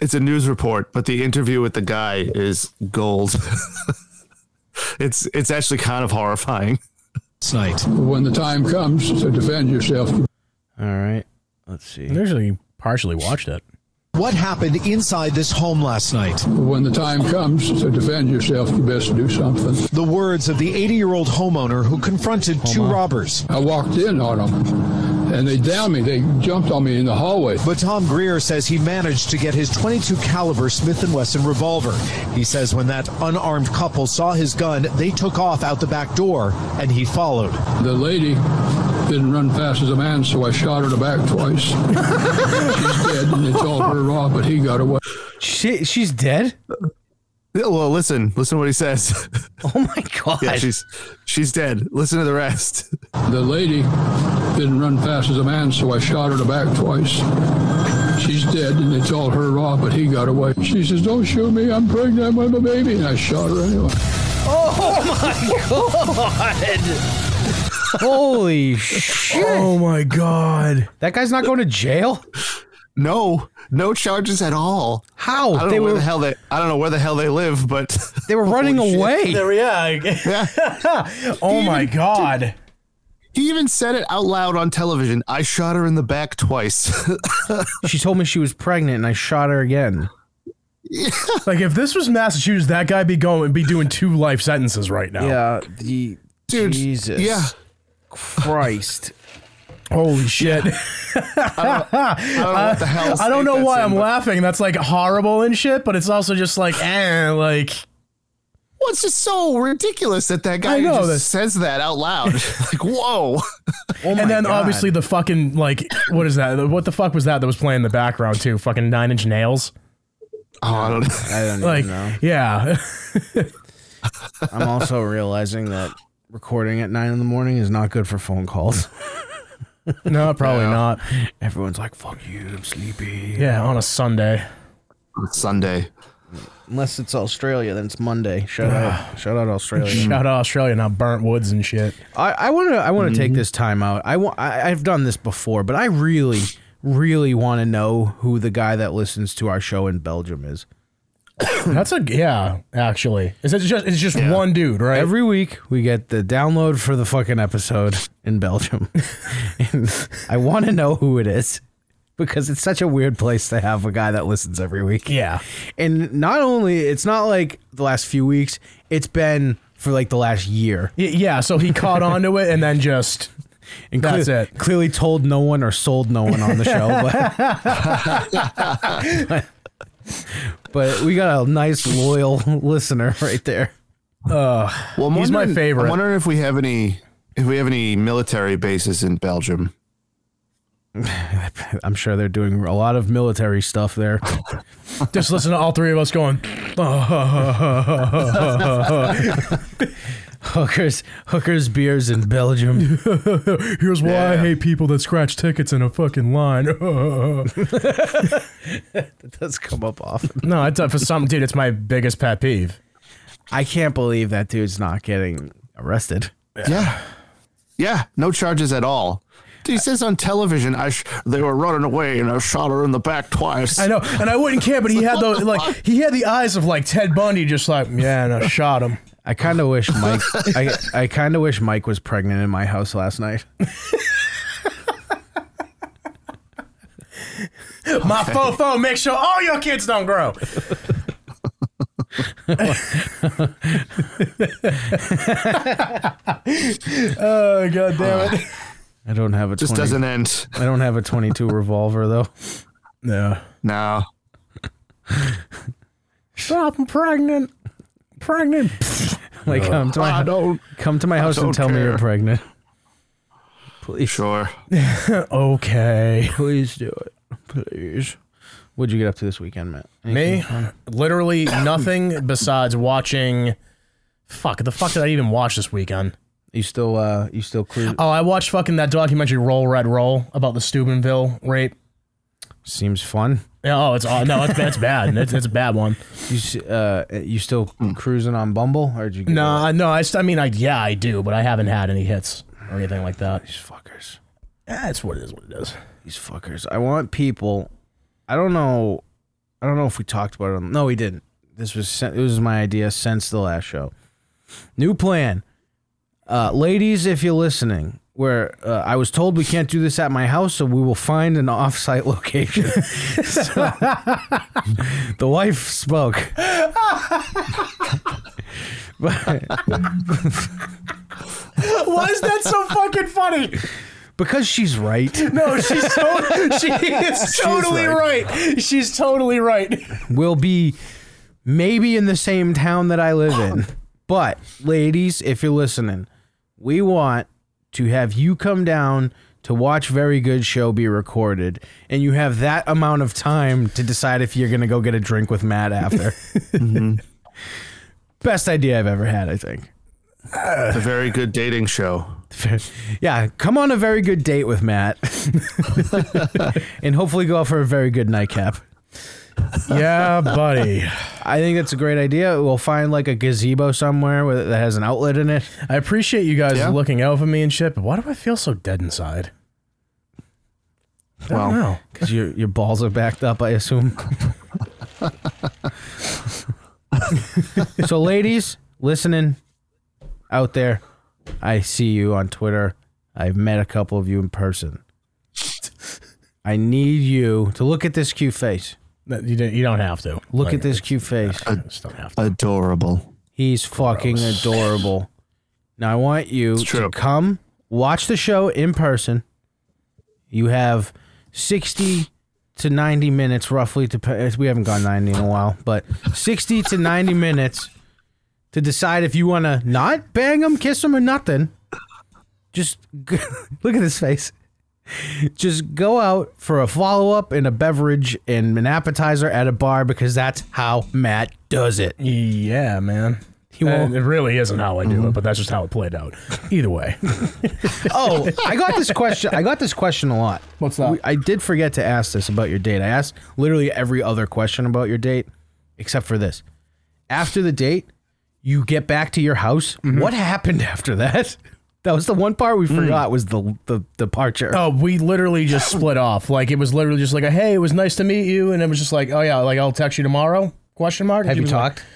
Speaker 2: it's a news report, but the interview with the guy is gold. it's it's actually kind of horrifying.
Speaker 4: site.
Speaker 5: when the time comes to defend yourself,
Speaker 3: All right. Let's see.
Speaker 1: I usually partially watched it.
Speaker 4: What happened inside this home last night?
Speaker 5: When the time comes to defend yourself, you best do something.
Speaker 4: The words of the 80 year old homeowner who confronted two robbers.
Speaker 5: I walked in on them, and they downed me. They jumped on me in the hallway.
Speaker 4: But Tom Greer says he managed to get his 22 caliber Smith & Wesson revolver. He says when that unarmed couple saw his gun, they took off out the back door and he followed.
Speaker 5: The lady didn't run fast as a man, so I shot her in the back twice. She's dead, and it's all her fault, but he got away.
Speaker 3: She, she's dead?
Speaker 2: Yeah, Well, listen, listen to what he says.
Speaker 3: Oh my god.
Speaker 2: yeah, she's she's dead. Listen to the rest.
Speaker 5: The lady didn't run fast as a man, so I shot her in the back twice. She's dead, and it's all her fault, but he got away. She says, "Don't shoot me! I'm pregnant with a baby," and I shot her anyway.
Speaker 3: Holy shit.
Speaker 1: Oh my god.
Speaker 3: That guy's not going to jail?
Speaker 2: No, no charges at all.
Speaker 3: How?
Speaker 2: I don't
Speaker 3: They
Speaker 2: know where
Speaker 3: were-
Speaker 2: the hell they. I don't know where the hell they live, but
Speaker 3: They were running away.
Speaker 1: There we are. oh my god.
Speaker 2: he even said it out loud on television. I shot her in the back twice.
Speaker 3: She told me she was pregnant and I shot her again.
Speaker 1: Like if this was Massachusetts, that guy be going be doing two life sentences right now.
Speaker 3: Yeah. The,
Speaker 2: Dude,
Speaker 3: Jesus.
Speaker 2: yeah.
Speaker 3: Christ.
Speaker 1: Holy shit.
Speaker 2: I don't know what the hell.
Speaker 1: I don't
Speaker 2: state
Speaker 1: know
Speaker 2: that's
Speaker 1: why
Speaker 2: in,
Speaker 1: I'm
Speaker 2: but-
Speaker 1: laughing. That's like horrible and shit, but it's also just like eh, like
Speaker 2: Well, it's just so ridiculous that that guy
Speaker 1: I know
Speaker 2: just
Speaker 1: that-
Speaker 2: says that out loud. like, whoa. Oh,
Speaker 1: and then
Speaker 3: Oh God.
Speaker 1: obviously the fucking like what is that? What the fuck was that that was playing in the background too? Fucking nine inch nails.
Speaker 2: Oh, I don't know.
Speaker 3: I don't
Speaker 1: Like
Speaker 3: even know.
Speaker 1: yeah.
Speaker 3: I'm also realizing that recording at nine in the morning is not good for phone calls.
Speaker 1: no, probably not.
Speaker 3: Everyone's like, fuck you, I'm sleepy.
Speaker 1: Yeah, on a Sunday.
Speaker 2: It's Sunday.
Speaker 3: Unless it's Australia, then it's Monday. Shout out, shout out Australia.
Speaker 1: Shout out Australia, not burnt woods and shit.
Speaker 3: I, I want to, I want to
Speaker 1: Mm-hmm.
Speaker 3: take this time out. I want, I, I've done this before, but I really, really want to know who the guy that listens to our show in Belgium is.
Speaker 1: That's a yeah, actually. Is it just it's just one dude, right?
Speaker 3: Every week we get the download for the fucking episode in Belgium. and I want to know who it is because it's such a weird place to have a guy that listens every week.
Speaker 1: yeah.
Speaker 3: And not only it's not like the last few weeks, it's been for like the last year.
Speaker 1: Y- Yeah, so he caught onto it and then just
Speaker 3: And
Speaker 1: That's it.
Speaker 3: Clearly told no one or sold no one on the show. But, but we got a nice loyal listener right there.
Speaker 2: Well, I'm
Speaker 1: He's my
Speaker 2: wondering-
Speaker 1: favorite.
Speaker 2: I'm wondering if we have any if we have any military bases in Belgium.
Speaker 3: I'm sure they're doing a lot of military stuff there.
Speaker 1: just listen to all three of us going.
Speaker 3: hookers, hookers, beers in Belgium.
Speaker 1: Here's why I hate people that scratch tickets in a fucking line. no,
Speaker 3: It does come up often.
Speaker 1: it's uh, for some dude. It's my biggest pet peeve.
Speaker 3: I can't believe that dude's not getting arrested.
Speaker 2: Yeah. yeah. no charges at all. He says on television, "I sh- they were running away and I shot her in the back twice."
Speaker 1: I know, and I wouldn't care, but he had the like he had the eyes of like Ted Bundy, just like yeah, and I shot him.
Speaker 3: I kind of wish Mike. I, I kind of wish Mike was pregnant in my house last night.
Speaker 1: My fofo, make sure all your kids don't grow. oh god damn it!
Speaker 3: I don't have a.
Speaker 2: Just
Speaker 3: 20
Speaker 2: doesn't end.
Speaker 3: I don't have a 22 revolver though.
Speaker 1: No.
Speaker 2: No.
Speaker 1: Stop! I'm pregnant. Pregnant.
Speaker 3: Like come to my
Speaker 2: I don't.
Speaker 3: come to my house and
Speaker 2: don't
Speaker 3: tell me you're
Speaker 2: care.
Speaker 3: pregnant.
Speaker 2: Sure.
Speaker 1: Okay.
Speaker 3: Please do it. Please. What'd you get up to this weekend, Matt?
Speaker 1: Me, literally nothing besides watching. Fuck the fuck did I even watch this weekend?
Speaker 3: You still uh you still cruise?
Speaker 1: Oh, I watched fucking that documentary Roll Red Roll about the Steubenville rape.
Speaker 3: Seems fun.
Speaker 1: Yeah, Oh, it's oh, no, it's, it's bad. It's, it's a bad one.
Speaker 3: You s- uh you still cruising on Bumble or did you? Get
Speaker 1: No, I- no, I, st- I mean, I yeah, I do, but I haven't had any hits or anything like that.
Speaker 3: These fuckers.
Speaker 1: That's what it is. What it is.
Speaker 3: These fuckers. I want people. I don't know. I don't know if we talked about it. On, no, we didn't. This was sen- it was my idea since the last show. New plan, uh, ladies. If you're listening, where uh, I was told we can't do this at my house, so we will find an off-site location. So, the wife spoke. But-
Speaker 1: Why is that so fucking funny?
Speaker 3: because she's right.
Speaker 1: No, she's so, she is totally right. She's totally right.
Speaker 3: will be maybe in the same town that I live in. But ladies, if you're listening, we want to have you come down to watch very good show be recorded and you have that amount of time to decide if you're going to go get a drink with Matt after. Best idea I've ever had, I think.
Speaker 2: A very good dating show.
Speaker 3: yeah, come on a very good date with Matt and hopefully go out for a very good nightcap.
Speaker 1: Yeah, buddy.
Speaker 3: I think that's a great idea. We'll find like a gazebo somewhere with, that has an outlet in it.
Speaker 1: I appreciate you guys
Speaker 2: Yeah.
Speaker 1: looking out for me and shit, but why do I feel so dead inside? I don't
Speaker 2: Well,
Speaker 1: know.
Speaker 3: Because your your balls are backed up, I assume. so, ladies listening out there, I see you on Twitter. I've met a couple of you in person. I need you to look at this cute face.
Speaker 1: That- You don't, you don't have to.
Speaker 3: Look
Speaker 1: Like,
Speaker 3: at this cute face.
Speaker 1: you just don't have to.
Speaker 2: Adorable.
Speaker 3: He's fucking adorable. Now I want you to
Speaker 2: true.
Speaker 3: come watch the show in person. You have 60 to 90 minutes roughly to pa- we haven't gone 90 in a while, but 60 to 90 minutes to decide if you want to not bang him, kiss him or nothing. Just g- look at this face. Just go out for a follow up and a beverage and an appetizer at a bar because that's how Matt does it.
Speaker 1: Yeah, man.
Speaker 3: He won't
Speaker 1: And Uh, it really isn't how I do it, but that's just how it played out. Either way.
Speaker 3: Oh, I got this question. I got this question a lot.
Speaker 1: What's that?
Speaker 3: We- I did forget to ask this about your date. I asked literally every other question about your date, except for this. After the date, you get back to your house.
Speaker 1: Mm-hmm.
Speaker 3: What happened after that? That was the one part we forgot was the the departure.
Speaker 1: Mm. Oh, we literally just split off. Like it was literally just like a hey, it was nice to meet you, and it was just like, oh yeah, like I'll text you tomorrow? Question mark.
Speaker 3: Have
Speaker 1: She
Speaker 3: you
Speaker 1: was like-
Speaker 3: talked?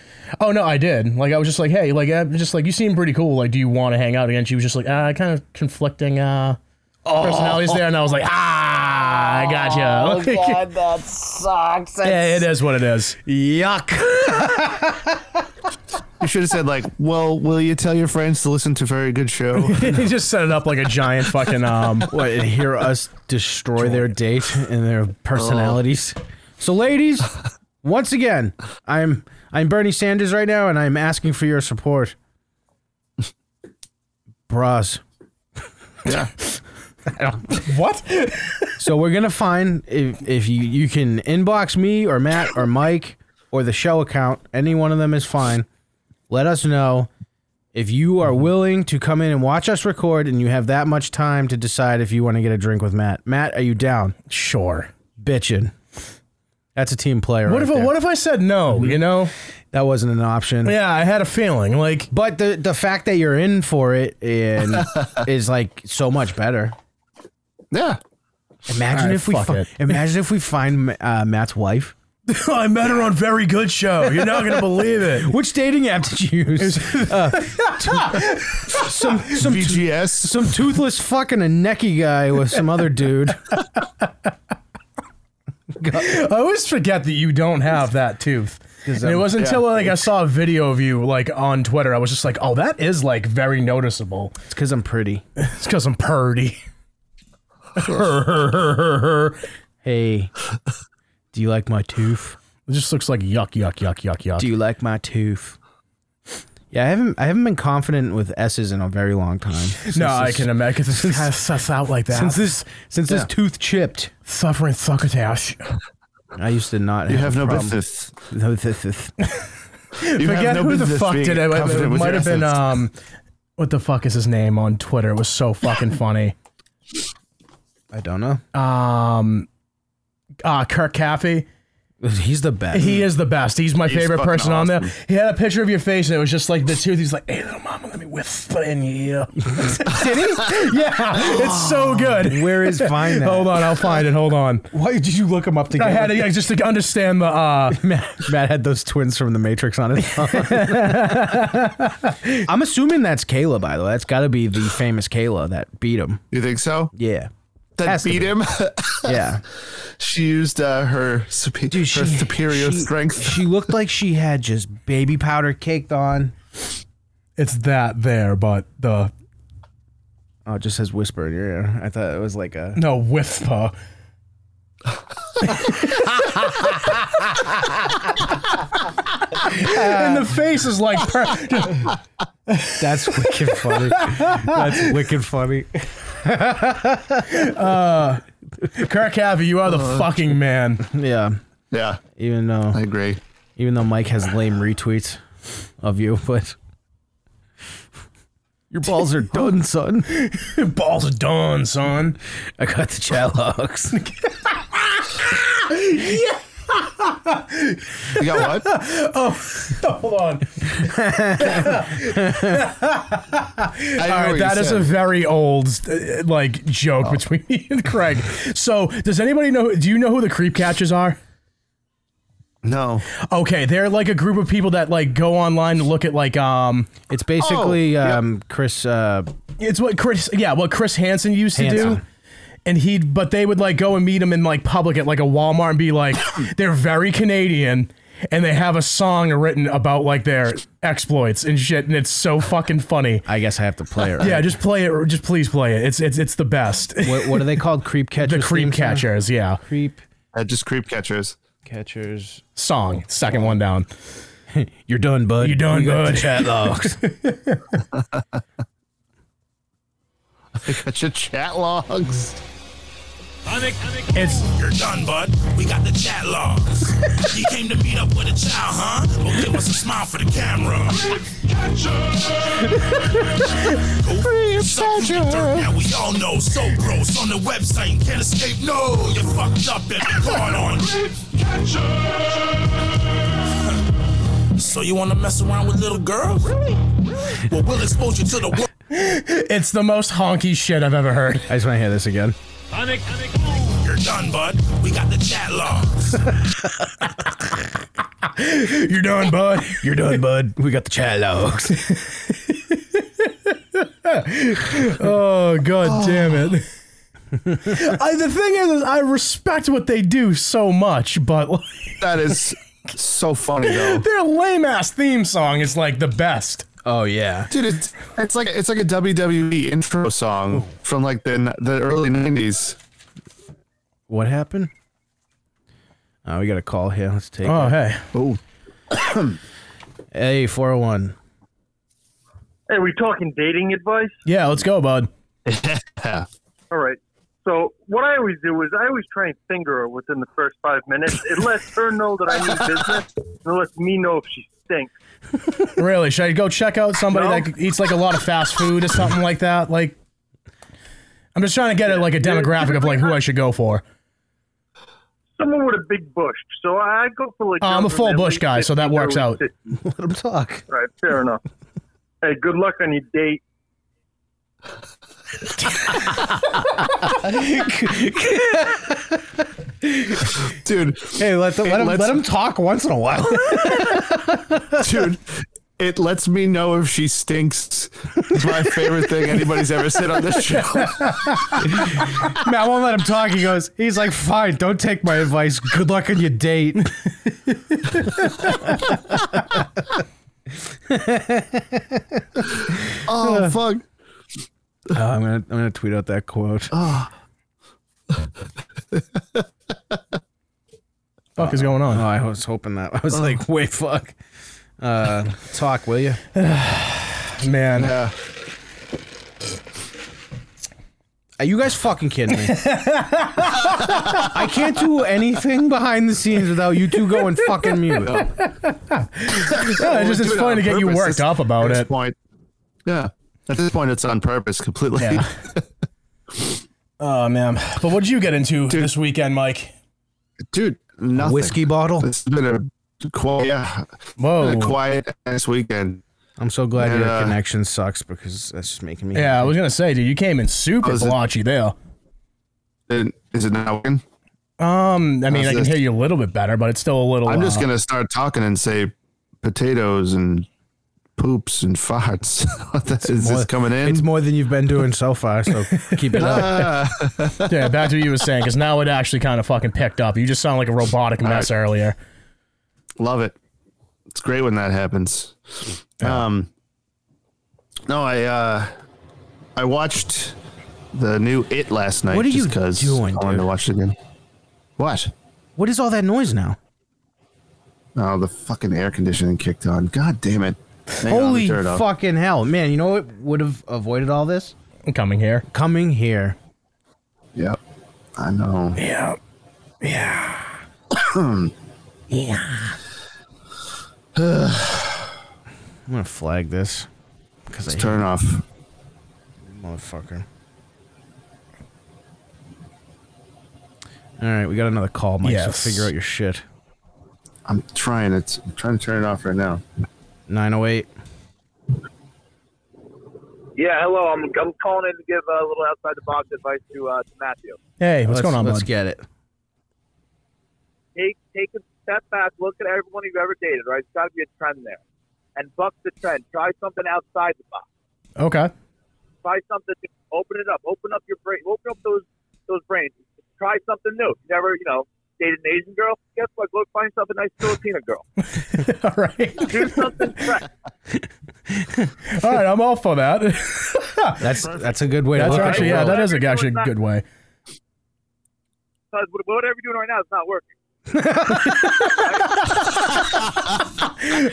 Speaker 1: oh no, I did. Like I was just like, hey, like I'm just like you seem pretty cool. Like, do you want to hang out again? She was just like, ah, kind of conflicting uh personalities there, and I was like, ah, I gotcha. Like,
Speaker 6: God, that sucks. That's
Speaker 1: yeah, it is what it is.
Speaker 3: Yuck.
Speaker 2: You should have said like, "Well, will you tell your friends to listen to very good show?"
Speaker 1: he just set it up like a giant fucking um.
Speaker 3: What and hear us destroy their date and their personalities. So, ladies, once again, I'm I'm Bernie Sanders right now, and I'm asking for your support. Bras.
Speaker 2: yeah.
Speaker 1: What?
Speaker 3: So we're gonna find if if you you can inbox me or Matt or Mike or the show account, any one of them is fine. Let us know if you are willing to come in and watch us record, and you have that much time to decide if you want to get a drink with Matt. Matt, are you down?
Speaker 1: Sure.
Speaker 3: bitching. That's a team player.
Speaker 1: What if I, what if I said no? You know?
Speaker 3: that wasn't an option?
Speaker 1: Yeah, I had a feeling. Like
Speaker 3: But the the fact that you're in for it and is like so much better.
Speaker 2: Yeah.
Speaker 3: Imagine
Speaker 1: Alright,
Speaker 3: if we
Speaker 1: fuck
Speaker 3: fi-
Speaker 1: it.
Speaker 3: imagine if we find uh, Matt's wife.
Speaker 1: I met her on Very Good Show. You're not gonna believe it.
Speaker 3: Which dating app did you use? Uh, to- some some to-
Speaker 2: VGS.
Speaker 3: some toothless fucking a necky guy with some other dude.
Speaker 1: I always forget that you don't have that tooth. And it wasn't until like I saw a video of you like on Twitter, I was just like, "Oh, that is like very noticeable."
Speaker 3: It's because I'm pretty.
Speaker 1: It's because I'm purdy. it
Speaker 3: Hey, do you like my tooth?
Speaker 1: just looks like yuck, yuck, yuck, yuck, yuck.
Speaker 3: Do you like my tooth? Yeah, I haven't I haven't been confident with S's in a very long time. Since
Speaker 1: no, I
Speaker 3: this-
Speaker 1: can imagine this kind of suss out like that.
Speaker 3: Since this since this tooth chipped,
Speaker 1: suffering succotash.
Speaker 3: I used to not.
Speaker 2: You have no
Speaker 3: problem.
Speaker 2: business.
Speaker 3: No, this, this.
Speaker 2: You have
Speaker 1: Forget
Speaker 2: no
Speaker 1: who the
Speaker 2: business
Speaker 1: fuck
Speaker 2: being
Speaker 1: did it. It,
Speaker 2: confident with
Speaker 1: might
Speaker 2: your
Speaker 1: have been
Speaker 2: assets.
Speaker 1: um, what the fuck is his name on Twitter? It was so fucking funny.
Speaker 3: I don't know.
Speaker 1: um, uh, Kirk Caffey.
Speaker 3: He's the best.
Speaker 1: He is the best. He's my favorite
Speaker 2: Mm. fucking
Speaker 1: person on there.
Speaker 2: awesome.
Speaker 1: He had a picture of your face, and it was just like the tooth. He's like, "Hey, little mama, let me whisper in your ear." Did he? Yeah, it's so good.
Speaker 3: Where is Find That?
Speaker 1: Hold on, I'll find it. Hold on.
Speaker 3: Why did you look him up
Speaker 1: I
Speaker 3: together?
Speaker 1: had it yeah, just to understand the. uh
Speaker 3: Matt, Matt had those twins from the Matrix on his phone. I'm assuming that's Kayla, by the way. That's got to be the famous Kayla that beat him.
Speaker 2: You think so?
Speaker 3: Yeah.
Speaker 2: That
Speaker 3: Has to
Speaker 2: beat
Speaker 3: be.
Speaker 2: him.
Speaker 3: Yeah.
Speaker 2: she used uh, her, supe- her superior
Speaker 3: she-
Speaker 2: strength.
Speaker 3: She looked like she had just baby powder caked on.
Speaker 1: It's that there, but the
Speaker 3: Oh, it just says whisper in your ear. I thought it was like a.
Speaker 1: no whisper. and the face is like per- just
Speaker 3: That's wicked funny. That's wicked funny.
Speaker 1: Kirk Happy, you are the fucking man.
Speaker 3: Yeah.
Speaker 2: yeah,
Speaker 3: Even though,
Speaker 2: I agree.
Speaker 3: even though Mike has lame retweets of you, but your balls are done, son.
Speaker 1: Your balls are done, son.
Speaker 3: I got the Chalocks.
Speaker 2: You got what?
Speaker 1: Hold on.
Speaker 2: I didn't
Speaker 1: All
Speaker 2: hear what
Speaker 1: right,
Speaker 2: you
Speaker 1: that is
Speaker 2: said.
Speaker 1: a very old uh, like joke between me and Craig. So, does anybody know? Do you know who the creep catchers are?
Speaker 2: no.
Speaker 1: Okay, they're like a group of people that like go online to look at like um,
Speaker 3: It's basically um, Chris. Uh,
Speaker 1: it's what Chris, yeah, what Chris Hansen used to do.
Speaker 3: Hansen.
Speaker 1: And he'd, but they would like go and meet him in like public at like a Walmart and be like, they're very Canadian and they have a song written about like their exploits and shit. And it's so fucking funny.
Speaker 3: I guess I have to play it. Right?
Speaker 1: Yeah, just play it. or Just please play it. It's it's it's the best.
Speaker 3: What, what are they called? Creep
Speaker 1: the
Speaker 3: catchers.
Speaker 1: cream
Speaker 3: theme song?
Speaker 1: catchers. Yeah,
Speaker 3: Creep
Speaker 2: Uh, just creep catchers.
Speaker 3: catchers.
Speaker 1: song second one down.
Speaker 3: You're done, bud.
Speaker 1: You done good.
Speaker 3: Chatlogs.
Speaker 2: I got your chat logs.
Speaker 1: It's
Speaker 7: You're done, bud. We got the chat logs. you came to meet up with a child, huh? Well, give us a smile for the camera. Go suck through the dirt. Now we all know so gross on the website can't escape. No, you fucked up and caught on. So you want to mess around with little girls? Really? Well, we'll expose you to the world.
Speaker 1: it's the most honky shit I've ever heard.
Speaker 3: I just want to hear this again.
Speaker 7: You're done, bud. We got the chat logs.
Speaker 1: You're done, bud.
Speaker 3: You're done, bud. We got the Chatlogs.
Speaker 1: Oh god damn it. I, the thing is, I respect what they do so much, but like,
Speaker 2: That is so funny though.
Speaker 1: their lame ass theme song is like the best.
Speaker 3: Oh yeah.
Speaker 2: Dude, it's it's like it's like a WWE intro song from like the the early nineties.
Speaker 3: What happened? Oh, we got a call here. Let's take.
Speaker 1: Oh hey,
Speaker 3: it. Hey, four hundred one.
Speaker 8: Hey, we talking dating advice?
Speaker 1: yeah, let's go, bud.
Speaker 8: All right. So what I always do is I always try and finger her within the first five minutes. It lets her know that I mean business, and it lets me know if she stinks.
Speaker 1: Really, should I go check out somebody
Speaker 8: No.
Speaker 1: that eats like a lot of fast food or something like that? Like, I'm just trying to get at like a demographic of like who I should go for.
Speaker 8: Someone with a big bush. So I go for like.
Speaker 1: Oh, I'm a
Speaker 8: girls
Speaker 1: full
Speaker 8: with at
Speaker 1: bush
Speaker 8: least
Speaker 1: guy, so that
Speaker 8: 50,
Speaker 1: works
Speaker 8: at
Speaker 1: out.
Speaker 8: least 50.
Speaker 3: Let him talk.
Speaker 8: All right, fair enough. Hey, good luck on your date.
Speaker 2: Dude,
Speaker 3: Hey, Uh, let them, let him
Speaker 2: let's-
Speaker 3: let him talk once in a while.
Speaker 2: dude, it lets me know if she stinks. It's my favorite thing anybody's ever said on this show.
Speaker 3: Man, I won't let him talk. He goes. He's like, fine. Don't take my advice. Good luck on your date.
Speaker 2: Oh fuck.
Speaker 3: Oh, I'm gonna I'm gonna tweet out that quote.
Speaker 1: Fuck is going on?
Speaker 3: Oh, I was hoping that. I was like, wait, fuck. Uh, talk, will you?
Speaker 1: Man,
Speaker 3: Are you guys fucking kidding me? I can't do anything behind the scenes without you two going fucking mute.
Speaker 1: Yeah, it's just it's
Speaker 2: Dude, on
Speaker 1: funny to get you
Speaker 2: purpose,
Speaker 1: worked
Speaker 2: this-
Speaker 1: up about
Speaker 2: at this
Speaker 1: it.
Speaker 2: point. Yeah. At this point it's on purpose completely.
Speaker 1: Yeah. Oh man! But what did you get into this weekend, Mike?
Speaker 2: Dude, nothing.
Speaker 3: Whiskey bottle? Oh.
Speaker 2: It's been a quiet, yeah,
Speaker 1: Whoa.
Speaker 2: a quiet ass weekend.
Speaker 3: I'm so glad
Speaker 2: And,
Speaker 3: your
Speaker 2: uh,
Speaker 3: connection sucks because that's just making me.
Speaker 1: Yeah, I was gonna say, dude, you came in super
Speaker 2: How's it-
Speaker 1: blotchy there.
Speaker 2: Then- Is it now? working?
Speaker 1: Um, I mean, I
Speaker 2: How's
Speaker 1: can
Speaker 2: this?
Speaker 1: hear you a little bit better, but it's still a little.
Speaker 2: I'm just
Speaker 1: uh,
Speaker 2: gonna start talking and say potatoes and poops and farts. Is
Speaker 3: more-
Speaker 2: this coming in?
Speaker 3: It's more than you've been doing so far, so keep it up.
Speaker 2: Ah,
Speaker 1: yeah, back to what you were saying, because now it actually kind of fucking picked up. You just sound like a robotic mess earlier.
Speaker 2: love it. It's great when that happens. Um, no, I uh, I watched the new It last night.
Speaker 3: What are
Speaker 2: just
Speaker 3: you
Speaker 2: 'cause
Speaker 3: doing,
Speaker 2: I wanted to
Speaker 3: dude?
Speaker 2: watch it again. What?
Speaker 3: What is all that noise now?
Speaker 2: Oh, the fucking air conditioning kicked on. God damn it! Hang on, let me
Speaker 3: Holy
Speaker 2: turn it off.
Speaker 3: fucking hell, man! You know what would have avoided all this?
Speaker 1: I'm coming here.
Speaker 3: Coming here.
Speaker 2: Yep, I know.
Speaker 1: Yeah, yeah, yeah.
Speaker 3: I'm gonna flag this because I hate
Speaker 2: Turn off.
Speaker 3: you, motherfucker. All right, we got another call, Mike.
Speaker 1: Yes.
Speaker 3: So figure out your shit.
Speaker 2: I'm trying it. I'm trying to turn it off right now.
Speaker 3: 908.
Speaker 9: Yeah, hello. I'm, I'm calling in to give a little outside the box advice to uh, to Matthew.
Speaker 1: Hey, what's
Speaker 3: Let's-
Speaker 1: going on,
Speaker 3: Let's
Speaker 1: bud?
Speaker 3: get it.
Speaker 9: Take take a step back, look at everyone you've ever dated. Right, there's got to be a trend there, and buck the trend. Try something outside the box.
Speaker 1: okay.
Speaker 9: Try something. Open it up. Open up your brain. Open up those those brains. Try something new. You never, you know, dated an Asian girl. Guess what? Go find yourself a nice Filipino girl.
Speaker 1: All right.
Speaker 9: Do something fresh.
Speaker 1: All right. I'm all for that.
Speaker 3: That's that's a good way
Speaker 1: That's
Speaker 3: to look
Speaker 1: actually
Speaker 3: at
Speaker 1: yeah.
Speaker 3: the world.
Speaker 1: That is a, actually a good way.
Speaker 9: Because whatever you're doing right now is not working.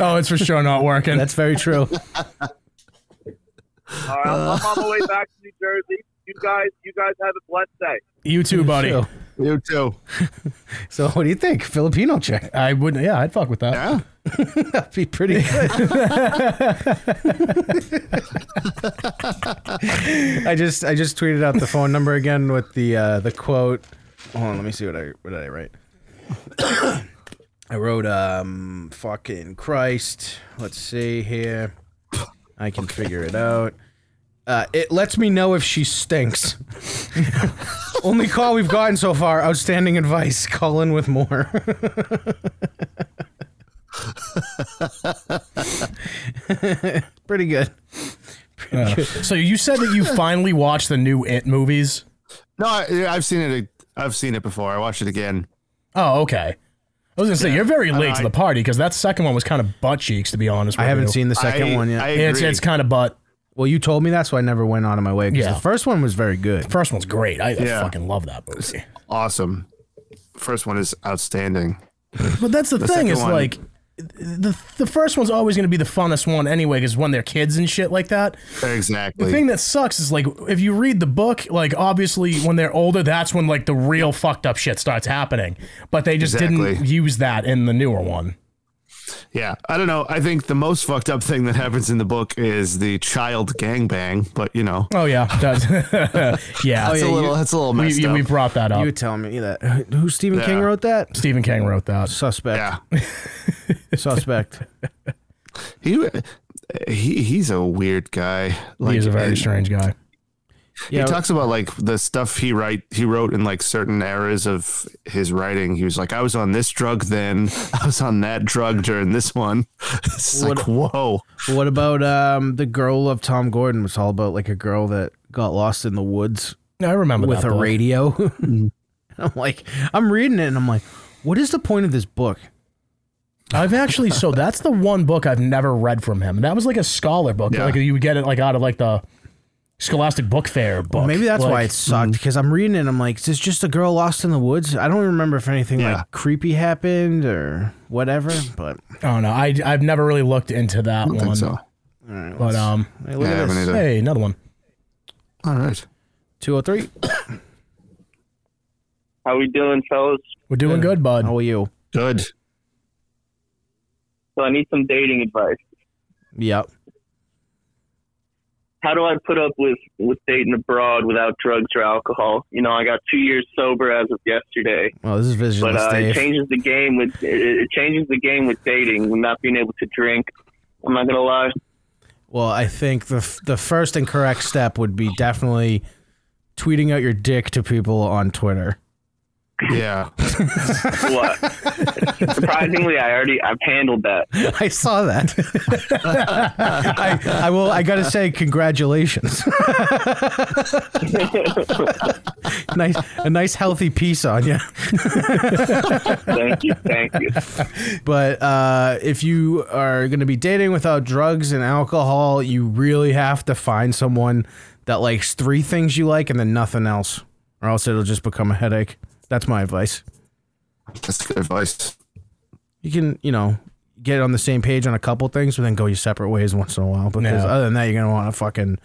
Speaker 1: Oh, it's for sure not working.
Speaker 3: That's very true.
Speaker 9: All right, I'm, I'm on my way back to New Jersey. You guys, you guys have a blessed day.
Speaker 1: you too, buddy.
Speaker 3: So,
Speaker 2: You too.
Speaker 3: so what do you think? Filipino chick.
Speaker 1: I wouldn't. Yeah, I'd fuck with that.
Speaker 2: Yeah.
Speaker 3: That'd be pretty good. I just I just tweeted out the phone number again with the uh, the quote. Hold on, let me see what I what did I write. I wrote um fucking Christ. Let's see here. I can figure it out. Uh, it lets me know if she stinks. Only call we've gotten so far. Outstanding advice. Call in with more. Pretty good.
Speaker 1: So you said that you finally watched the new It movies.
Speaker 2: No, I, yeah, I've seen it. I've seen it before. I watched it again.
Speaker 1: Oh, okay. I was gonna say you're very late to
Speaker 2: I-
Speaker 1: the party because that second one was kind of butt cheeks, to be honest. With
Speaker 3: I haven't
Speaker 1: you.
Speaker 3: seen the second
Speaker 2: I-
Speaker 3: one yet.
Speaker 2: I
Speaker 1: It's
Speaker 2: agree.
Speaker 1: it's kind of butt.
Speaker 3: well, you told me that, so I never went out of my way. 'cause
Speaker 1: Yeah.
Speaker 3: the first one was very good.
Speaker 1: First one's great. I, I
Speaker 2: Yeah.
Speaker 1: fucking love that movie.
Speaker 2: awesome. First one is outstanding.
Speaker 1: But that's the, thing
Speaker 2: second
Speaker 1: is
Speaker 2: one-
Speaker 1: like the the first one's always going to be the funnest one anyway because when they're kids and shit like that.
Speaker 2: Exactly.
Speaker 1: The thing that sucks is like if you read the book, like obviously when they're older, that's when like the real fucked up shit starts happening. But they just didn't
Speaker 2: Exactly.
Speaker 1: use that in the newer one.
Speaker 2: yeah, I don't know. I think the most fucked up thing that happens in the book is the child gangbang, but you know,
Speaker 1: Oh yeah, that's, Oh, yeah.
Speaker 2: that's a little that's a little
Speaker 1: we,
Speaker 2: messed
Speaker 1: we-
Speaker 2: up.
Speaker 1: we brought that up.
Speaker 3: You were telling me that. Who Stephen King
Speaker 2: Yeah.
Speaker 3: wrote that?
Speaker 1: Stephen King wrote that.
Speaker 3: Suspect.
Speaker 2: yeah,
Speaker 3: Suspect.
Speaker 2: he uh, he he's a weird guy. Like,
Speaker 1: He's a very
Speaker 2: and
Speaker 1: strange guy.
Speaker 3: Yeah.
Speaker 2: He talks about like the stuff he write he wrote in like certain eras of his writing. He was like, I was on this drug then, I was on that drug during this one. It's like, whoa.
Speaker 3: What about um the girl of Tom Gordon? Was all about like a girl that got lost in the woods
Speaker 1: I remember
Speaker 3: with
Speaker 1: that
Speaker 3: a
Speaker 1: book.
Speaker 3: radio. I'm like, I'm reading it, and I'm like, what is the point of this book?
Speaker 1: I've actually so that's the one book I've never read from him. That was like a scholar book.
Speaker 2: Yeah.
Speaker 1: Like you would get it like out of like the Scholastic Book Fair book.
Speaker 3: Well, maybe that's why
Speaker 1: Like,
Speaker 3: it sucked because I'm reading it. and I'm like, is this just a girl lost in the woods? I don't remember if anything
Speaker 2: Yeah.
Speaker 3: like creepy happened or whatever. But
Speaker 1: I don't know. I I've never really looked into that
Speaker 2: I
Speaker 1: one.
Speaker 2: think so.
Speaker 1: But um,
Speaker 3: hey, look
Speaker 2: Yeah, I
Speaker 3: at
Speaker 2: haven't
Speaker 3: this,
Speaker 2: either.
Speaker 1: hey, another one.
Speaker 2: All right.
Speaker 3: two hundred three.
Speaker 9: How we doing, fellas?
Speaker 1: We're doing good, bud.
Speaker 3: How are you?
Speaker 2: Good.
Speaker 9: So I need some dating advice.
Speaker 3: Yep.
Speaker 10: how do I put up with with dating abroad without drugs or alcohol? You know, I got two years sober as of yesterday.
Speaker 3: Well, this is
Speaker 10: But
Speaker 3: visionless,
Speaker 10: uh, it
Speaker 3: Dave.
Speaker 10: changes the game with it, it changes the game with dating, with not being able to drink. I'm not gonna lie.
Speaker 3: Well, I think the f- the first and correct step would be definitely tweeting out your dick to people on Twitter.
Speaker 2: Yeah.
Speaker 10: What? Surprisingly, I already I've handled that.
Speaker 3: I saw that. I, I will. I gotta say, congratulations. nice, a nice healthy piece on you.
Speaker 10: thank you, thank you.
Speaker 3: But uh, if you are going to be dating without drugs and alcohol, you really have to find someone that likes three things you like and then nothing else, or else it'll just become a headache. That's my advice.
Speaker 2: That's good advice.
Speaker 3: You can, you know, get on the same page on a couple things, but then go your separate ways once in a while. Because
Speaker 1: Yeah.
Speaker 3: other than that, you're going to want to fucking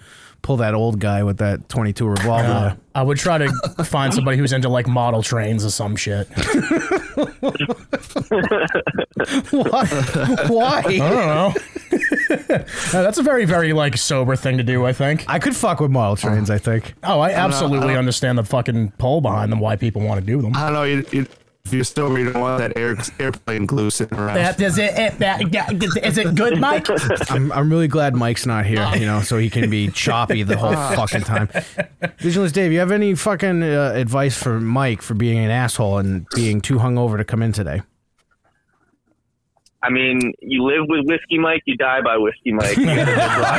Speaker 3: pull that old guy with that 22 revolver.
Speaker 1: Uh, I would try to find somebody who's into like model trains or some shit.
Speaker 3: Why?
Speaker 1: I don't know. Uh, that's a very, very like sober thing to do. I think
Speaker 3: I could fuck with model trains. I think.
Speaker 1: Oh, I
Speaker 2: don't know. I
Speaker 1: absolutely
Speaker 2: don't-
Speaker 1: understand the fucking pull behind them. Why people want to do them.
Speaker 2: I don't know. You, you, if you're sober, you don't want that air, airplane glue sitting around.
Speaker 1: is it. is it good, Mike?
Speaker 3: I'm, I'm really glad Mike's not here, you know, so he can be choppy the whole
Speaker 2: Ah.
Speaker 3: fucking time. Visionless Dave, you have any fucking uh, advice for Mike for being an asshole and being too hungover to come in today?
Speaker 10: I mean, you live with whiskey, Mike. You die by whiskey, Mike. You gotta live by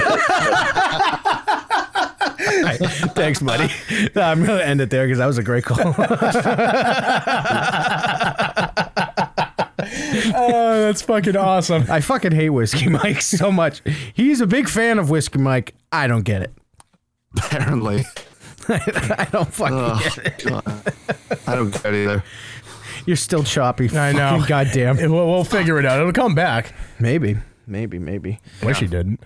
Speaker 10: it.
Speaker 3: Thanks, buddy. No, I'm going to end it there because that was a great call.
Speaker 1: oh, that's fucking awesome.
Speaker 3: I fucking hate Whiskey Mike so much. He's a big fan of Whiskey Mike. I don't get it.
Speaker 2: Apparently.
Speaker 3: I don't fucking
Speaker 2: Oh,
Speaker 3: get it.
Speaker 2: God. I don't get it either.
Speaker 3: You're still choppy.
Speaker 1: I know.
Speaker 3: fucking Goddamn.
Speaker 1: We'll, we'll figure it out. It'll come back.
Speaker 3: Maybe. Maybe, maybe.
Speaker 1: Wish he didn't.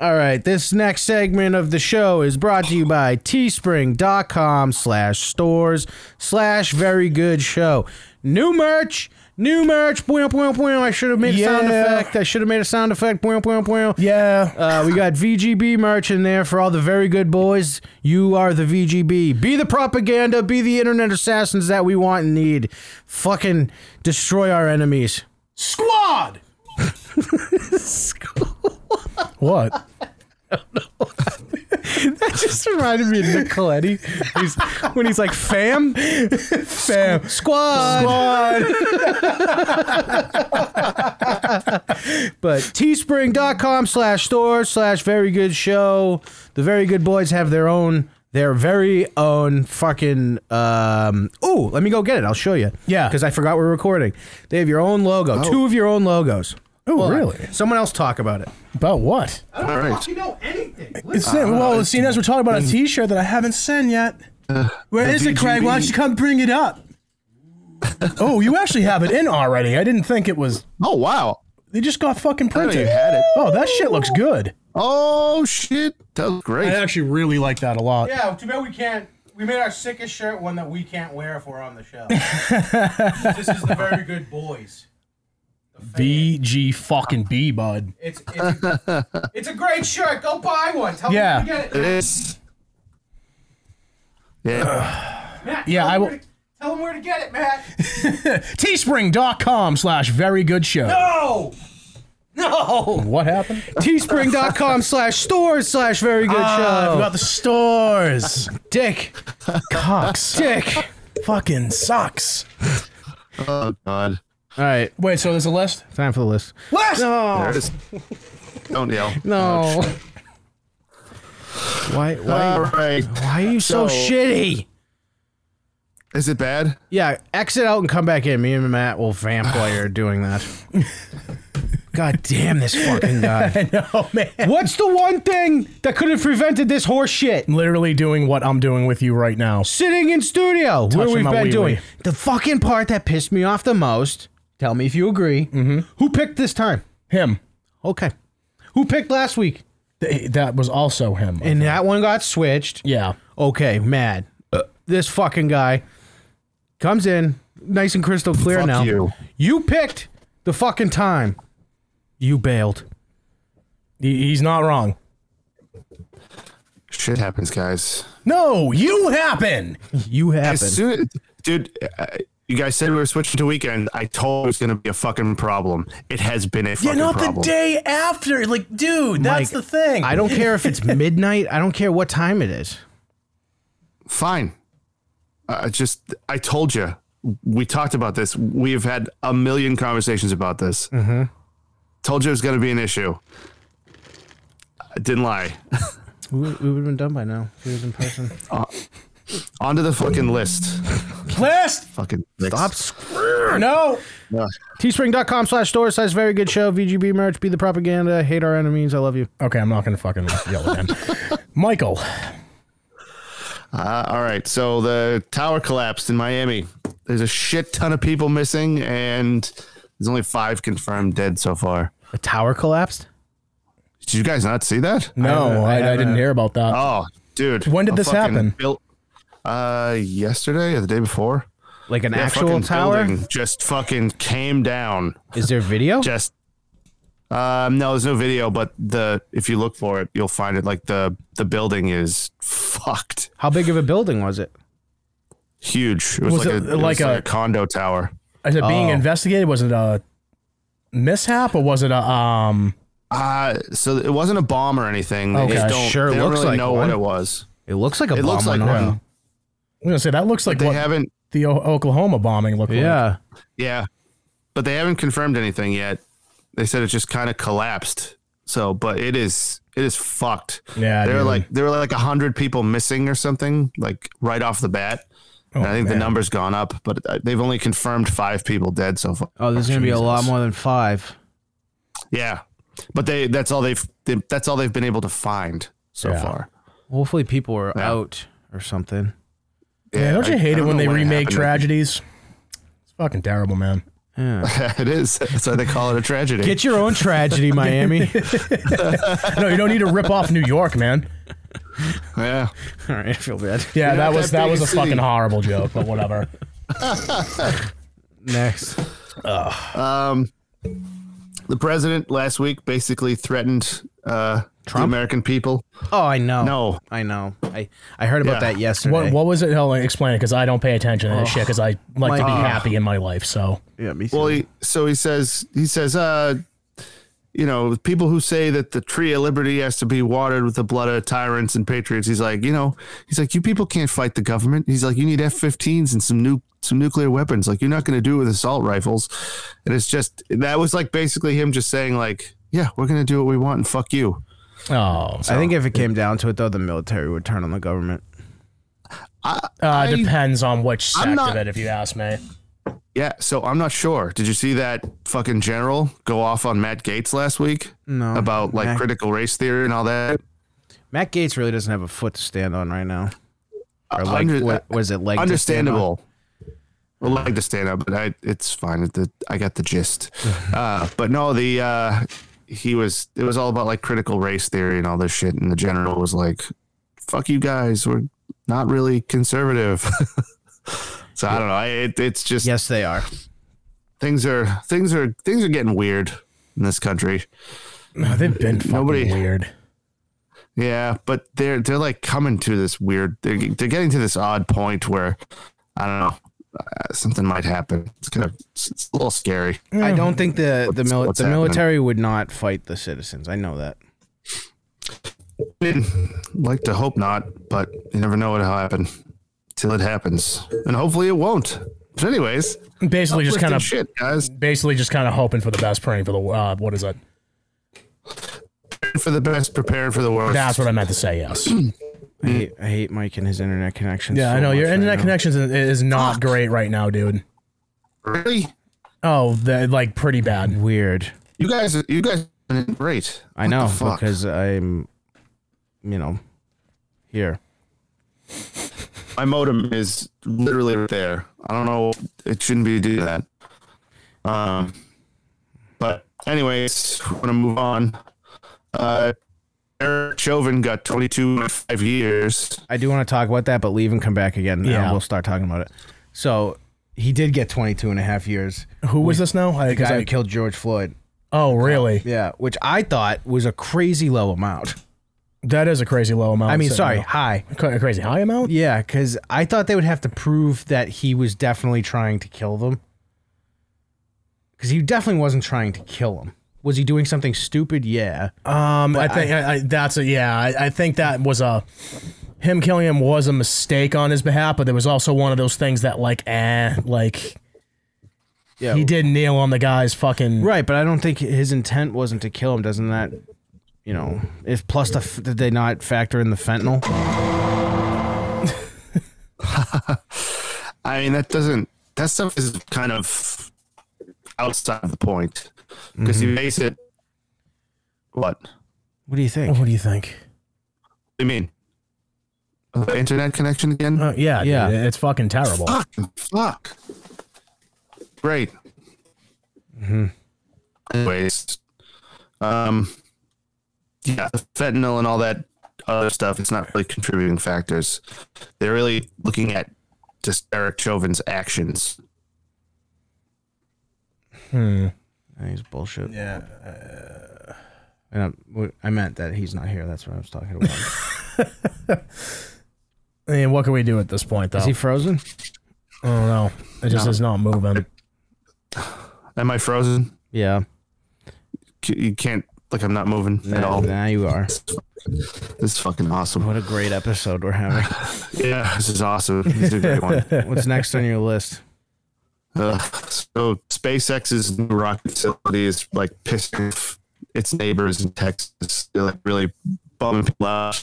Speaker 3: All right, this next segment of the show is brought to you by teespring.com slash stores slash very good show. New merch, new merch. Boing, boing, boing. I should have made a sound
Speaker 1: Yeah.
Speaker 3: effect. I should have made a sound effect. Boing, boing, boing.
Speaker 1: Yeah.
Speaker 3: Uh, we got VGB merch in there for all the very good boys. You are the VGB. Be the propaganda, be the internet assassins that we want and need. Fucking destroy our enemies.
Speaker 1: Squad. What?
Speaker 3: That just reminded me of Nicoletti. He's, when he's like, fam,
Speaker 1: Sam.
Speaker 3: squad. but teespring.com slash store slash very good show. The very good boys have their own, their very own fucking. Um, oh, let me go get it. I'll show you.
Speaker 1: Yeah.
Speaker 3: Because I forgot we're recording. They have your own logo, two of your own logos.
Speaker 1: Oh,
Speaker 3: Hold on.
Speaker 1: really?
Speaker 3: Someone else talk about it.
Speaker 1: About what?
Speaker 2: All right.
Speaker 1: It's well, seeing as we're talking about a T-shirt that I haven't seen yet. Where is it, Craig? Why don't you come bring it up? oh, you actually have it in already. I didn't think it was.
Speaker 2: Oh, wow.
Speaker 1: They just got fucking
Speaker 2: I didn't
Speaker 1: printed.
Speaker 2: even had it.
Speaker 1: Oh, that shit looks good.
Speaker 2: Oh, shit. That was
Speaker 1: I
Speaker 2: great.
Speaker 1: actually really like that a lot.
Speaker 3: Yeah, too bad we can't. We made our sickest shirt one that we can't wear if we're on the show. this is the very good boys.
Speaker 1: VG fucking B, bud.
Speaker 3: It's it's, it's a great shirt. Go buy one. Tell
Speaker 1: Yeah.
Speaker 3: me where to get
Speaker 2: It
Speaker 3: it.
Speaker 2: is. Yeah.
Speaker 3: Matt,
Speaker 1: Yeah,
Speaker 3: tell
Speaker 1: I
Speaker 3: him
Speaker 1: will-
Speaker 3: where to- Tell him where to get it, Matt.
Speaker 1: Teespring.com slash very good show.
Speaker 3: No. No.
Speaker 1: What happened? Ah,
Speaker 3: Teespring.com slash stores slash very good show.
Speaker 1: the stores.
Speaker 3: Dick.
Speaker 1: Cocks.
Speaker 3: Dick.
Speaker 1: fucking sucks.
Speaker 2: Oh, God.
Speaker 3: All right.
Speaker 1: Wait, so there's a list?
Speaker 3: Time for the list.
Speaker 1: List!
Speaker 2: There
Speaker 3: No.
Speaker 2: it is. Don't yell.
Speaker 3: No. Why,
Speaker 2: All
Speaker 3: why,
Speaker 2: right.
Speaker 3: why are you so
Speaker 2: So-
Speaker 3: shitty?
Speaker 2: Is it bad?
Speaker 3: Yeah, exit out and come back in. Me and Matt will vamp while you're doing that. God damn this fucking guy.
Speaker 1: No, man.
Speaker 3: What's the one thing that could have prevented this horse shit?
Speaker 1: Literally doing what I'm doing with you right now.
Speaker 3: Sitting in studio where
Speaker 1: Touching
Speaker 3: we've
Speaker 1: my
Speaker 3: been
Speaker 1: wee-wee.
Speaker 3: doing. The fucking part that pissed me off the most, tell me if you agree. Mm-hmm. Who picked this time?
Speaker 1: Him.
Speaker 3: Okay. Who picked last week?
Speaker 1: Th- that was also him.
Speaker 3: And that one got switched.
Speaker 1: yeah.
Speaker 3: Okay, mad. This fucking guy comes in, nice and crystal clear
Speaker 2: Fuck
Speaker 3: now.
Speaker 2: you.
Speaker 3: You picked the fucking time. You bailed.
Speaker 1: He- he's not wrong.
Speaker 2: Shit happens, guys.
Speaker 1: No, Oh, you happen.
Speaker 3: You happen.
Speaker 2: As soon, dude, uh, you guys said we were switching to weekend. I told you it was going to be a fucking problem. It has been a fucking
Speaker 1: Yeah, not
Speaker 2: problem.
Speaker 1: the day after. Like, dude, that's the
Speaker 3: Mike,
Speaker 1: thing.
Speaker 3: I don't care if it's midnight. I don't care what time it is.
Speaker 2: Fine. I just, I told you. We talked about this. We have had a million conversations about this.
Speaker 3: Mm-hmm.
Speaker 2: Told you it was going to be an issue. I didn't lie.
Speaker 3: We, would have been done by now. If it was in person.
Speaker 2: Uh, onto the fucking list.
Speaker 1: List.
Speaker 2: Fucking
Speaker 3: Stop screwing.
Speaker 1: No.
Speaker 2: No.
Speaker 3: Teespring.com slash store size very good show. VGB merch. Be the propaganda. Hate our enemies. I love you.
Speaker 1: Okay, I'm not gonna fucking yell at him. Michael.
Speaker 2: Uh, all right. So the tower collapsed in Miami. There's a shit ton of people missing, and there's only five confirmed dead so far.
Speaker 3: The tower collapsed?
Speaker 2: Did you guys not see that?
Speaker 1: No, I, I, didn't hear about that.
Speaker 2: Oh, dude.
Speaker 1: When did
Speaker 2: a
Speaker 1: this
Speaker 2: fucking
Speaker 1: happen?
Speaker 2: buil- uh, yesterday or the day before?
Speaker 3: Like an
Speaker 2: Yeah,
Speaker 3: actual
Speaker 2: fucking
Speaker 3: tower?
Speaker 2: building just fucking came down.
Speaker 3: Is there video?
Speaker 2: Just um, no, there's no video, but the if you look for it, you'll find it. Like the the building is fucked
Speaker 3: How big of a building was it?
Speaker 2: huge. It was,
Speaker 1: Was
Speaker 2: like,
Speaker 1: it
Speaker 2: a, it was
Speaker 1: like
Speaker 2: like
Speaker 1: a-
Speaker 2: a condo tower.
Speaker 1: Is it being
Speaker 3: Oh.
Speaker 1: investigated? Was it a mishap or was it a um?
Speaker 2: Uh, so it wasn't a bomb or anything. They
Speaker 1: Okay.
Speaker 2: just don't,
Speaker 3: Sure
Speaker 2: they don't
Speaker 3: looks
Speaker 2: really
Speaker 3: like
Speaker 2: know
Speaker 3: one.
Speaker 2: what it was.
Speaker 3: It looks like a
Speaker 2: It
Speaker 3: bomb.
Speaker 2: looks like
Speaker 3: on
Speaker 2: one.
Speaker 3: oil.
Speaker 1: I'm gonna say that looks like
Speaker 2: They
Speaker 1: what
Speaker 2: haven't,
Speaker 1: the o- Oklahoma bombing looked like.
Speaker 3: Yeah.
Speaker 2: yeah, but they haven't confirmed anything yet. They said it just kind of collapsed. So, but it is it is fucked.
Speaker 1: Yeah,
Speaker 2: there were
Speaker 1: dude.
Speaker 2: like there were like a hundred people missing or something like right off the bat. and I think
Speaker 1: Oh, man.
Speaker 2: the number's gone up, but uh, they've only confirmed five people dead so far.
Speaker 3: Oh, there's gonna be a lot
Speaker 2: Jesus.
Speaker 3: more than five.
Speaker 2: Yeah, but they that's all they've they, that's all they've been able to find so
Speaker 1: Yeah.
Speaker 2: far.
Speaker 3: Hopefully people were
Speaker 2: Yeah.
Speaker 3: out or something.
Speaker 1: Man, don't you
Speaker 2: I- I
Speaker 1: hate it
Speaker 2: don't
Speaker 1: when
Speaker 2: know
Speaker 1: they remake
Speaker 2: happened.
Speaker 1: tragedies? It's fucking terrible, man.
Speaker 3: Yeah.
Speaker 2: it is. That's why they call it a tragedy.
Speaker 3: Get your own tragedy, Miami.
Speaker 1: No, you don't need to rip off New York, man.
Speaker 2: yeah.
Speaker 3: All right, I feel bad.
Speaker 1: Yeah, that
Speaker 2: You're not
Speaker 1: was
Speaker 2: that
Speaker 1: that
Speaker 2: big
Speaker 1: was
Speaker 2: a
Speaker 1: a fucking
Speaker 2: city.
Speaker 1: horrible joke, but whatever.
Speaker 3: Next.
Speaker 2: the president last week basically threatened uh, the
Speaker 3: Trump?
Speaker 2: American people.
Speaker 3: Oh, I know.
Speaker 2: No.
Speaker 3: I know. I, I heard about
Speaker 2: Yeah.
Speaker 3: that yesterday.
Speaker 1: What what was it? Hold on, explain it because I don't pay attention
Speaker 2: Oh.
Speaker 1: to that shit because I like to be
Speaker 3: Mike.
Speaker 1: happy in my life. So
Speaker 3: Yeah, me too.
Speaker 2: Well, he, so he says he says uh, you know people who say that the tree of liberty has to be watered with the blood of tyrants and patriots. He's like you know he's like you people can't fight the government. He's like you need F-15s and some new some nuclear weapons. Like you're not going to do it with assault rifles. And it's just that was like basically him just saying like yeah we're going to do what we want and fuck you.
Speaker 1: oh,
Speaker 3: I think if it came down to it, though, the military would turn on the government.
Speaker 1: uh,
Speaker 2: I-
Speaker 1: depends on which
Speaker 2: I'm
Speaker 1: sect of
Speaker 2: not-
Speaker 1: it, if you ask me.
Speaker 2: Yeah, so I'm not sure. Did you see that fucking general go off on Matt Gates last week?
Speaker 3: No.
Speaker 2: About like
Speaker 3: Matt-
Speaker 2: critical race theory and all that?
Speaker 3: Matt Gates really doesn't have a foot to stand on right now. Or like,
Speaker 2: Uh, Under-
Speaker 3: what was it like?
Speaker 2: Understandable. I like to stand up, but I it's fine. It- it- I got the gist. uh, but no, the uh, he was it was all about like critical race theory and all this shit, and the general was like, "Fuck you guys, we're not really conservative." so I don't know. I, it, it's just
Speaker 3: Yes, they are.
Speaker 2: things are things are things are getting weird in this country.
Speaker 1: No, they've been fucking
Speaker 2: Nobody-
Speaker 1: weird.
Speaker 2: Yeah, but they're they're like coming to this weird. They're they're getting to this odd point where I don't know uh, something might happen. It's kind of it's, it's a little scary.
Speaker 3: I don't think the the,
Speaker 2: What's-
Speaker 3: mil-
Speaker 2: what's
Speaker 3: the
Speaker 2: happening?
Speaker 3: military would not fight the citizens. I know that.
Speaker 2: I'd like to hope not, but you never know what'll happen till it happens, and hopefully it won't. But anyways,
Speaker 1: Basically, just kind
Speaker 2: uplifting
Speaker 1: of
Speaker 2: shit, guys.
Speaker 1: basically just kind of hoping for the best, praying for the uh, what is it?
Speaker 2: For the best, prepared for the worst.
Speaker 1: That's what I meant to say. Yes.
Speaker 3: I
Speaker 2: Mm.
Speaker 3: hate, I hate Mike and his internet connection.
Speaker 1: yeah,
Speaker 3: so
Speaker 1: I know
Speaker 3: much
Speaker 1: your
Speaker 3: right
Speaker 1: internet
Speaker 3: now.
Speaker 1: connections is- is not great right now, dude.
Speaker 2: really.
Speaker 1: Oh, the, like pretty bad.
Speaker 3: Weird.
Speaker 2: You guys, you guys, are doing great.
Speaker 3: I
Speaker 2: What
Speaker 3: know
Speaker 2: the fuck?
Speaker 3: because I'm, you know, here.
Speaker 2: my modem is literally right there. I don't know. It shouldn't be doing that. Um, but anyways, I'm gonna move on. Uh, Eric Chauvin got 22 five years.
Speaker 3: I do want to talk about that, but leave and come back again. Yeah,
Speaker 1: Yeah.
Speaker 3: we'll start talking about it. So he did get 22 and a half years.
Speaker 1: Who was this now? I,
Speaker 3: The guy
Speaker 1: 'cause I-
Speaker 3: who killed George Floyd.
Speaker 1: oh, really?
Speaker 3: Yeah, which I thought was a crazy low amount.
Speaker 1: That is a crazy low amount.
Speaker 3: I mean,
Speaker 1: So-
Speaker 3: sorry, high.
Speaker 1: A crazy high amount?
Speaker 3: Yeah, because I thought they would have to prove that he was definitely trying to kill them. Because he definitely wasn't trying to kill him. Was he doing something stupid? Yeah.
Speaker 1: Um,
Speaker 3: But
Speaker 1: I think I, I, that's a yeah. I, I think that was a him killing him was a mistake on his behalf, but there was also one of those things that like eh, like
Speaker 3: Yeah.
Speaker 1: he did kneel on the guy's fucking
Speaker 3: Right, but I don't think his intent wasn't to kill him. Doesn't that, you know, if plus the f- did they not factor in the fentanyl?
Speaker 2: I mean, that doesn't. That stuff is kind of outside the point because you base it. What? What
Speaker 3: What do you think?
Speaker 1: What do you think?
Speaker 2: do you mean? The internet connection again?
Speaker 1: Uh, yeah,
Speaker 3: Yeah.
Speaker 1: yeah, it's fucking terrible.
Speaker 2: Fuck! Fuck! Great.
Speaker 3: Mm-hmm.
Speaker 2: Anyways, um, yeah, the fentanyl and all that other stuff. It's not really contributing factors. They're really looking at just Eric Chauvin's actions.
Speaker 1: Hmm.
Speaker 3: I think it's bullshit.
Speaker 1: Yeah.
Speaker 3: And I, I meant that he's not here. That's what I was talking about.
Speaker 1: I mean, what can we do at this point, though?
Speaker 3: Is he frozen?
Speaker 1: I don't know. It just
Speaker 2: No.
Speaker 1: is not moving.
Speaker 2: Am I frozen?
Speaker 3: Yeah.
Speaker 2: C- You can't. Like I'm not moving at all.
Speaker 3: Now you are.
Speaker 2: This is fucking awesome.
Speaker 3: What a great episode we're having.
Speaker 2: Yeah, this is awesome. This is a great one.
Speaker 3: What's next on your list?
Speaker 2: Uh, so SpaceX's new rocket facility is like pissing off its neighbors in Texas. They're like really bumming people out.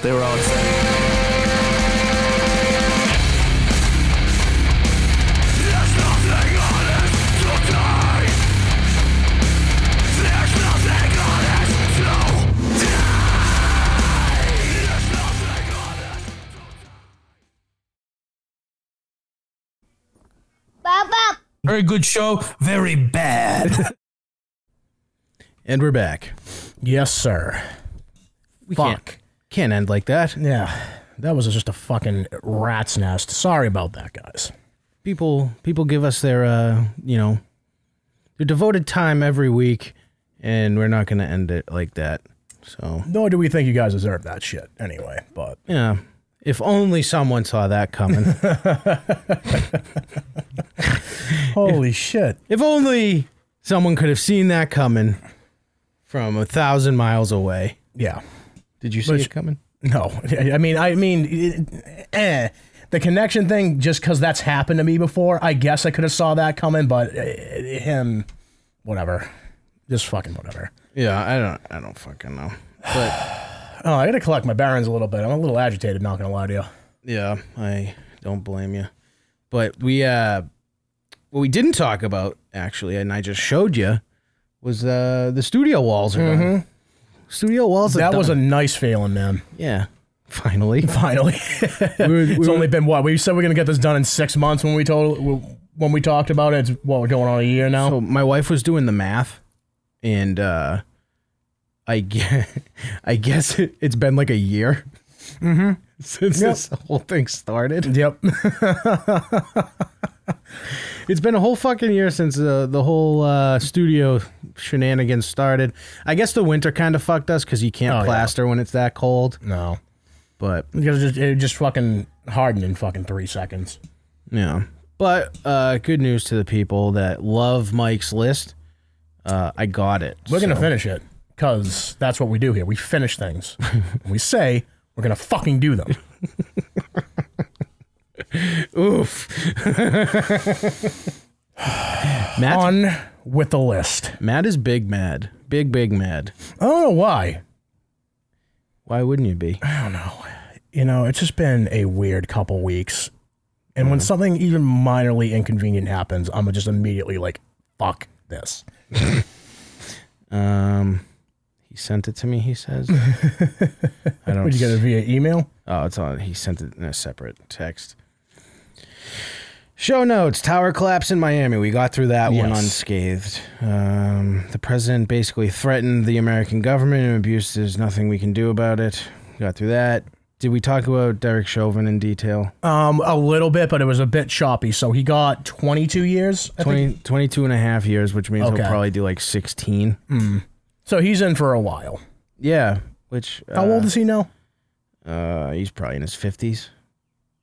Speaker 2: They were all excited.
Speaker 7: Very good show, very bad.
Speaker 3: And we're back.
Speaker 1: Yes, sir.
Speaker 3: We
Speaker 1: Fuck.
Speaker 3: Can't, can't end like that.
Speaker 1: Yeah, that was just a fucking rat's nest. Sorry about that, guys.
Speaker 3: People people give us their uh, you know, their devoted time every week and we're not going to end it like that. So,
Speaker 1: Nor do we think you guys deserve that shit anyway. But
Speaker 3: yeah. If only someone saw that coming.
Speaker 1: holy shit,
Speaker 3: if only someone could have seen that coming from a thousand miles away.
Speaker 1: yeah.
Speaker 3: Did you see
Speaker 1: Which-
Speaker 3: it coming?
Speaker 1: No, I mean, I mean, eh. the connection thing, just because that's happened to me before. I guess I could have saw that coming, but eh, him, whatever, just fucking whatever.
Speaker 3: Yeah, I don't I don't fucking know. But
Speaker 1: Oh, I gotta collect my barons a little bit. I'm a little agitated. Not gonna lie to you.
Speaker 3: yeah, I don't blame you. But we uh what we didn't talk about actually and I just showed you was uh the studio walls are done. Mm-hmm. Studio walls are
Speaker 1: That was a
Speaker 3: done.
Speaker 1: nice feeling, man.
Speaker 3: Yeah. Finally.
Speaker 1: Finally, it's only been what we said we're gonna get this done in six months. When we told when we talked about it, it's what we're going on a year now.
Speaker 3: So Oh, my wife was doing the math, and uh, I guess, I guess it, it's been like a year since
Speaker 1: Mm-hmm. Yep.
Speaker 3: this whole thing started.
Speaker 1: yep.
Speaker 3: It's been a whole fucking year since uh, the whole uh, studio shenanigans started. I guess the winter kind of fucked us because you
Speaker 1: Oh,
Speaker 3: can't
Speaker 1: yeah.
Speaker 3: plaster when it's that cold.
Speaker 1: no,
Speaker 3: But
Speaker 1: because it just, it just fucking hardened in fucking three seconds.
Speaker 3: yeah, but uh, good news to the people that love Mike's list. Uh, I got it.
Speaker 1: We're gonna
Speaker 3: So-
Speaker 1: finish it because that's what we do here. We finish things. And we say we're gonna fucking do them.
Speaker 3: Oof. Matt's
Speaker 1: On with the list.
Speaker 3: Matt is big mad. Big, big mad.
Speaker 1: I don't know why.
Speaker 3: Why wouldn't you be?
Speaker 1: You know, it's just been a weird couple weeks, and when something even minorly inconvenient happens, I'm just immediately like, "Fuck this."
Speaker 3: Um, he sent it to me, he says. I don't
Speaker 1: Would you get it via email?
Speaker 3: Oh, it's on. He sent it in a separate text. Show notes: Tower collapse in Miami. We got through that one
Speaker 1: Yes.
Speaker 3: unscathed. Um, the president basically threatened the American government and abused. There's nothing we can do about it. Got through that. Did we talk about Derek Chauvin in detail?
Speaker 1: Um, a little bit, but it was a bit choppy. So he got 22 years. I think.
Speaker 3: 20, 22 and a half years, which means
Speaker 1: Okay.
Speaker 3: he'll probably do like 16.
Speaker 1: So he's in for a while.
Speaker 3: Yeah. Which
Speaker 1: How old is he now?
Speaker 3: Uh, he's probably in his fifties.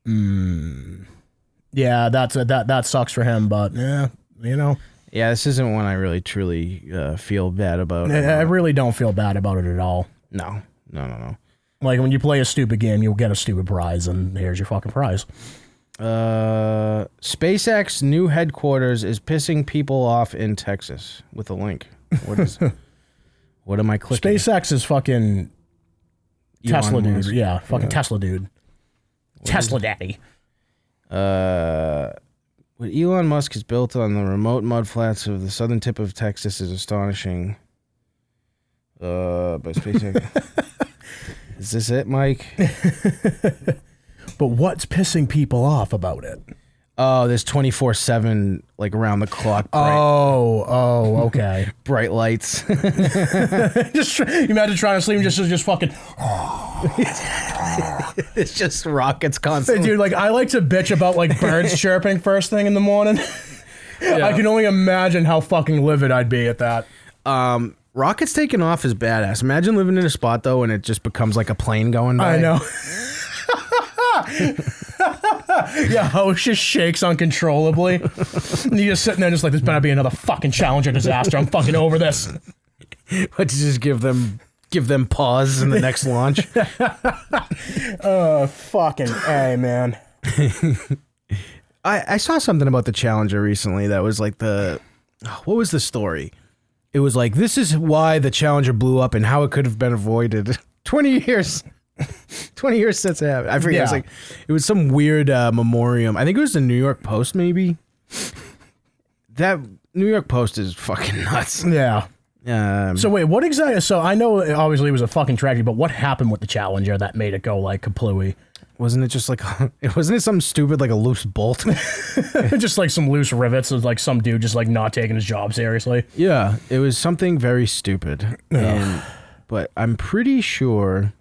Speaker 1: Mm. Yeah, that's that that sucks for him, but yeah, you know,
Speaker 3: Yeah, this isn't one I really truly uh, feel bad about.
Speaker 1: I, I really don't feel bad about it at all.
Speaker 3: No, no, no, no.
Speaker 1: Like when you play a stupid game, you'll get a stupid prize, and here's your fucking prize.
Speaker 3: Uh, SpaceX new headquarters is pissing people off in Texas with a link. What is? what am I clicking?
Speaker 1: SpaceX is fucking Tesla dude.
Speaker 3: Musk.
Speaker 1: Yeah, fucking
Speaker 3: Yeah.
Speaker 1: Tesla dude. Tesla daddy.
Speaker 3: Uh, what Elon Musk has built on the remote mudflats of the southern tip of Texas is astonishing. Uh, by SpaceX. is this it, Mike?
Speaker 1: But what's pissing people off about it?
Speaker 3: Oh, there's 24 7, like around the clock.
Speaker 1: Oh, oh, okay.
Speaker 3: bright lights.
Speaker 1: just try, you imagine trying to sleep, and just just fucking.
Speaker 3: it's just rockets
Speaker 1: Hey,
Speaker 3: constantly.
Speaker 1: dude, like I like to bitch about like birds chirping first thing in the morning. I can only imagine how fucking livid I'd be at that.
Speaker 3: Um, rockets taking off is badass. Imagine living in a spot though, and it just becomes like a plane going by.
Speaker 1: I know. yeah, house just shakes uncontrollably. and you're just sitting there, just like, this better be another fucking Challenger disaster. I'm fucking over this.
Speaker 3: but to just give them give them pause in the next launch.
Speaker 1: Uh, fucking A, man.
Speaker 3: I, I saw something about the Challenger recently that was like the what was the story? It was like this is why the Challenger blew up and how it could have been avoided. Twenty years, twenty years since it happened. I forget. It was
Speaker 1: Yeah.
Speaker 3: like it was some weird uh, memoriam. I think it was the New York Post, maybe. That New York Post is fucking nuts.
Speaker 1: Yeah.
Speaker 3: Um,
Speaker 1: So, wait, what exactly? So, I know it obviously was a fucking tragedy, but what happened with the Challenger that made it go like kaplooey?
Speaker 3: wasn't it just like it wasn't it something stupid like a loose bolt?
Speaker 1: just like some loose rivets of like some dude just like not taking his job seriously.
Speaker 3: Yeah, it was something very stupid. And, but I'm pretty sure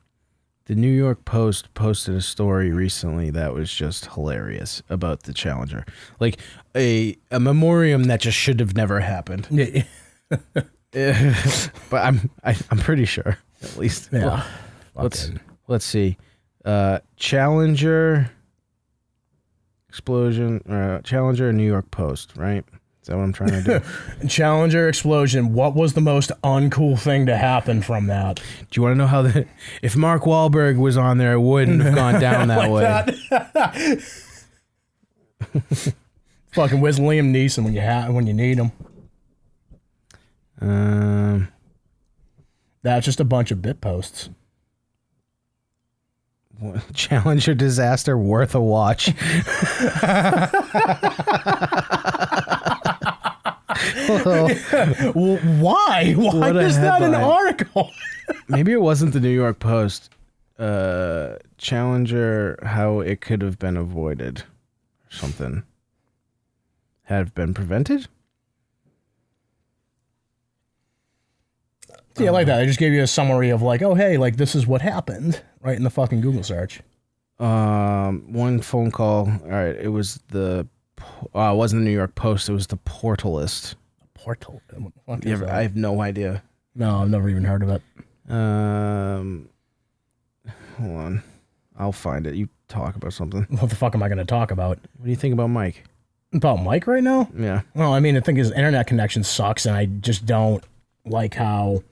Speaker 3: the New York Post posted a story recently that was just hilarious about the Challenger. Like a a memoriam that just should have never happened.
Speaker 1: Yeah.
Speaker 3: Eh, but I'm I, I'm pretty sure at least.
Speaker 1: Yeah.
Speaker 3: Well, let's let's see. Uh, Challenger explosion uh, Challenger New York Post, right? Is that what I'm trying to do?
Speaker 1: Challenger explosion. What was the most uncool thing to happen from that?
Speaker 3: Do you want to know how the if Mark Wahlberg was on there, it wouldn't have gone down that way?
Speaker 1: Fucking where's Liam Neeson when you ha- when you need him?
Speaker 3: Um,
Speaker 1: That's just a bunch of bit posts.
Speaker 3: what- Challenger disaster worth a watch. Well,
Speaker 1: Well, why? Why
Speaker 3: What a
Speaker 1: is that an
Speaker 3: headline.
Speaker 1: article?
Speaker 3: maybe it wasn't the New York Post. Uh, Challenger, how it could have been avoided, or something. Have been prevented.
Speaker 1: yeah, like that. I just gave you a summary of like, oh hey, like this is what happened, right in the fucking Google search.
Speaker 3: Um, one phone call. All right, it was the. po- Uh, it wasn't the New York Post. It was the Portalist.
Speaker 1: Portal. What the fuck
Speaker 3: You
Speaker 1: is
Speaker 3: ever-
Speaker 1: that?
Speaker 3: I have no idea.
Speaker 1: no, I've never even heard of it.
Speaker 3: Um, hold on, I'll find it. You talk about something.
Speaker 1: What the fuck am I going to talk about?
Speaker 3: What do you think about Mike?
Speaker 1: About Mike right now?
Speaker 3: Yeah,
Speaker 1: Well, I mean, I think his internet connection sucks, and I just don't like how.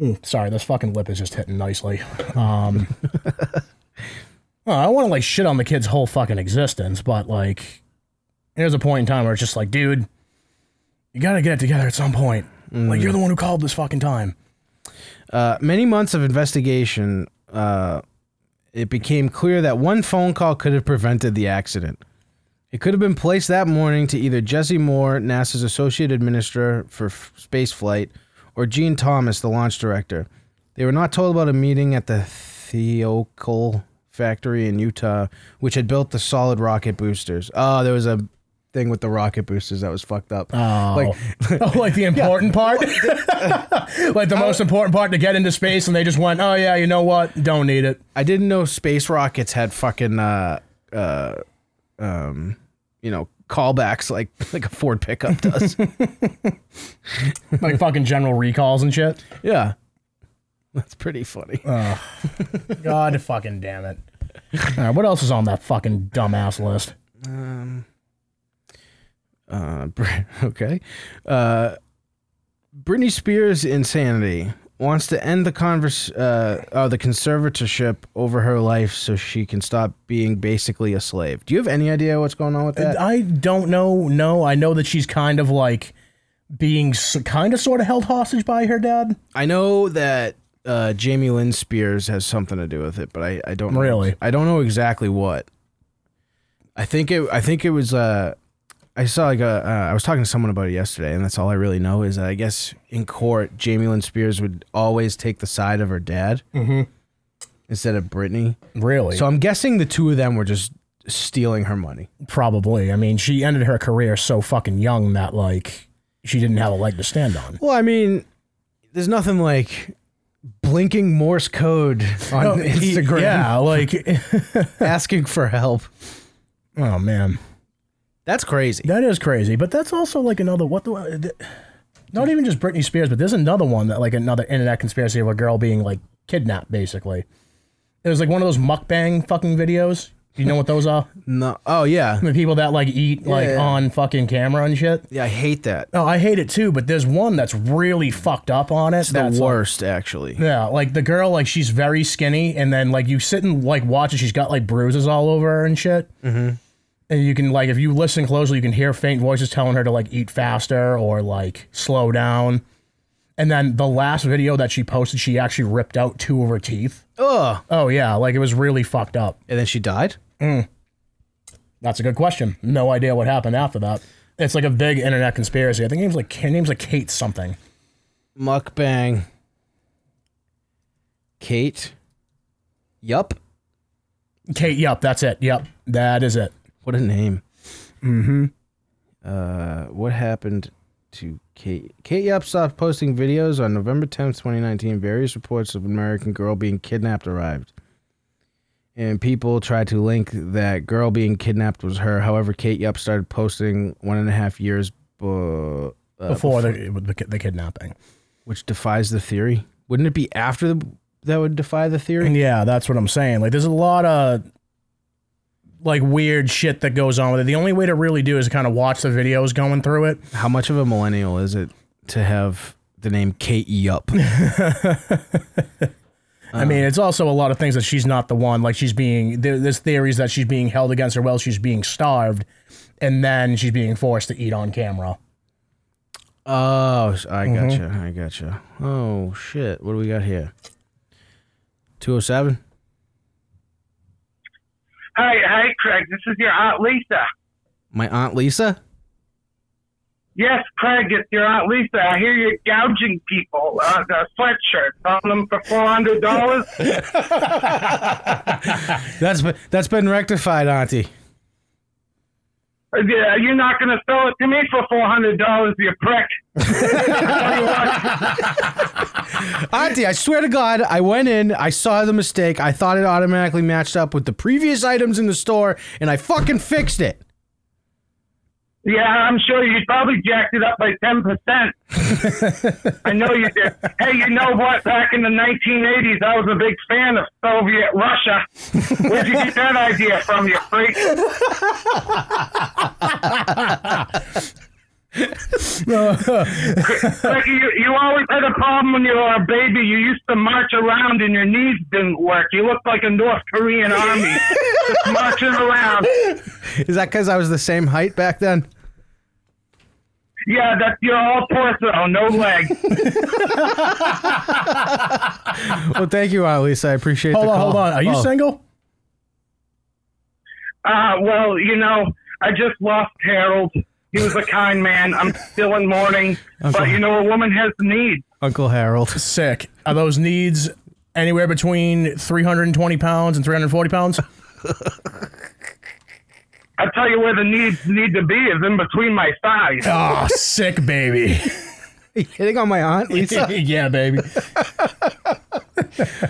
Speaker 1: Mm, sorry, this fucking lip is just hitting nicely. Um, well, I want to like shit on the kid's whole fucking existence, but like, there's a point in time where it's just like, dude, you gotta get it together at some point. Like, you're the one who called this fucking time.
Speaker 3: Uh, many months of investigation. Uh, it became clear that one phone call could have prevented the accident. It could have been placed that morning to either Jesse Moore, NASA's associate administrator for f- space flight, or Gene Thomas, the launch director. They were not told about a meeting at the Theokal factory in Utah, which had built the solid rocket boosters. Oh, there was a thing with the rocket boosters that was fucked up.
Speaker 1: Oh,
Speaker 3: Like,
Speaker 1: like, the important part, like the most important part to get into space, and they just went, oh yeah, you know what? Don't need it.
Speaker 3: I didn't know space rockets had fucking uh uh um you know callbacks like like a Ford pickup does.
Speaker 1: Like fucking general recalls and shit.
Speaker 3: yeah. That's pretty funny.
Speaker 1: Oh, God fucking damn it. All right, what else is on that fucking dumbass list?
Speaker 3: Um, uh, Br- okay. Uh, Britney Spears' insanity wants to end the converse, uh, uh, the conservatorship over her life so she can stop being basically a slave. Do you have any idea what's going on with that?
Speaker 1: I don't know. No, I know that she's kind of like being kind of sort of held hostage by her dad.
Speaker 3: I know that uh, Jamie Lynn Spears has something to do with it, but I, I don't know-
Speaker 1: Really?
Speaker 3: I don't know exactly what. I think it I think it was uh I saw like a uh, I was talking to someone about it yesterday, and that's all I really know is that I guess in court Jamie Lynn Spears would always take the side of her dad
Speaker 1: Mhm.
Speaker 3: instead of Brittany.
Speaker 1: Really?
Speaker 3: So I'm guessing the two of them were just stealing her money.
Speaker 1: Probably. I mean, she ended her career so fucking young that like she didn't have a leg to stand on.
Speaker 3: Well, I mean, there's nothing like blinking Morse code on
Speaker 1: No, y-
Speaker 3: Instagram.
Speaker 1: Oh, yeah, like
Speaker 3: asking for help.
Speaker 1: Oh man,
Speaker 3: that's crazy.
Speaker 1: That is crazy, but that's also like another what the. th- Not even just Britney Spears, but there's another one that like another internet conspiracy of a girl being like kidnapped. Basically, it was like one of those mukbang fucking videos. Do you know what those are?
Speaker 3: No. Oh yeah.
Speaker 1: The people that like eat like
Speaker 3: Yeah.
Speaker 1: on fucking camera and shit.
Speaker 3: Yeah, I hate that.
Speaker 1: Oh, I hate it too. But there's one that's really fucked up on it.
Speaker 3: It's the
Speaker 1: that's uh, like-
Speaker 3: worst, actually.
Speaker 1: yeah, like the girl, like she's very skinny, and then like you sit and like watch, and she's got like bruises all over her and shit.
Speaker 3: Mm-hmm.
Speaker 1: and you can like if you listen closely you can hear faint voices telling her to like eat faster or like slow down and then the last video that she posted she actually ripped out two of her teeth
Speaker 3: Ugh.
Speaker 1: oh yeah like it was really fucked up
Speaker 3: and then she died
Speaker 1: mm. that's a good question no idea what happened after that it's like a big internet conspiracy i think her name's like her name's like kate something
Speaker 3: Mukbang. Kate. Yup.
Speaker 1: kate yup that's it yup that is it
Speaker 3: what a name
Speaker 1: mm-hmm
Speaker 3: Uh, what happened to Kate? Kate Yap stopped posting videos on November 10th, 2019. Various reports of an American girl being kidnapped arrived. And people tried to link that girl being kidnapped was her. However, Kate Yap started posting one and a half years bu- uh,
Speaker 1: before the, the ki- the kidnapping
Speaker 3: which defies the theory. Wouldn't it be after the, that would defy the theory?
Speaker 1: Yeah, that's what I'm saying. Like, there's a lot of like weird shit that goes on with it. The only way to really do is kind of watch the videos going through it.
Speaker 3: How much of a millennial is it to have the name Kate Yup?
Speaker 1: I
Speaker 3: Uh-huh.
Speaker 1: mean, it's also a lot of things that she's not the one. Like, she's being there, there's theories that she's being held against her will. She's being starved, and then she's being forced to eat on camera.
Speaker 3: Oh, s- I
Speaker 1: Mhm.
Speaker 3: gotcha. I gotcha. Oh, shit. What do we got here? 207?
Speaker 11: Hey, hey, Craig, this is your Aunt Lisa.
Speaker 3: My Aunt Lisa?
Speaker 11: Yes, Craig, it's your Aunt Lisa. I hear you're gouging people uh, the sweatshirts on them for four hundred dollars.
Speaker 3: That's been, that's been rectified, Auntie.
Speaker 11: Yeah, you're not going to sell it to me for four hundred dollars, you prick.
Speaker 3: Auntie, I swear to God, I went in, I saw the mistake, I thought it automatically matched up with the previous items in the store, and I fucking fixed it.
Speaker 11: Yeah, I'm sure you probably jacked it up by ten percent. I know you did. Hey, you know what? Back in the 1980s, I was a big fan of Soviet Russia. Where'd you get that idea from, you freak? Like you, you always had a problem when you were a baby. You used to march around and your knees didn't work. You looked like a North Korean army just marching around.
Speaker 3: Is that because I was the same height back then?
Speaker 11: Yeah, that's you're all torso, no leg.
Speaker 3: well, thank you, Aunt Lisa. I appreciate
Speaker 1: Hold
Speaker 3: the
Speaker 1: on,
Speaker 3: call.
Speaker 1: hold on. Are you
Speaker 3: Oh.
Speaker 1: single?
Speaker 11: Uh, well, you know, I just lost Harold. He was a kind man. I'm still in mourning, but
Speaker 1: Okay.
Speaker 11: you know, a woman has needs.
Speaker 3: Uncle Harold.
Speaker 1: Sick. Are those needs anywhere between 320 pounds and 340 pounds?
Speaker 11: I tell you where the needs need to be is in between my thighs.
Speaker 1: Ah, sick baby.
Speaker 3: Are you hitting on my aunt Lisa?
Speaker 1: yeah, baby.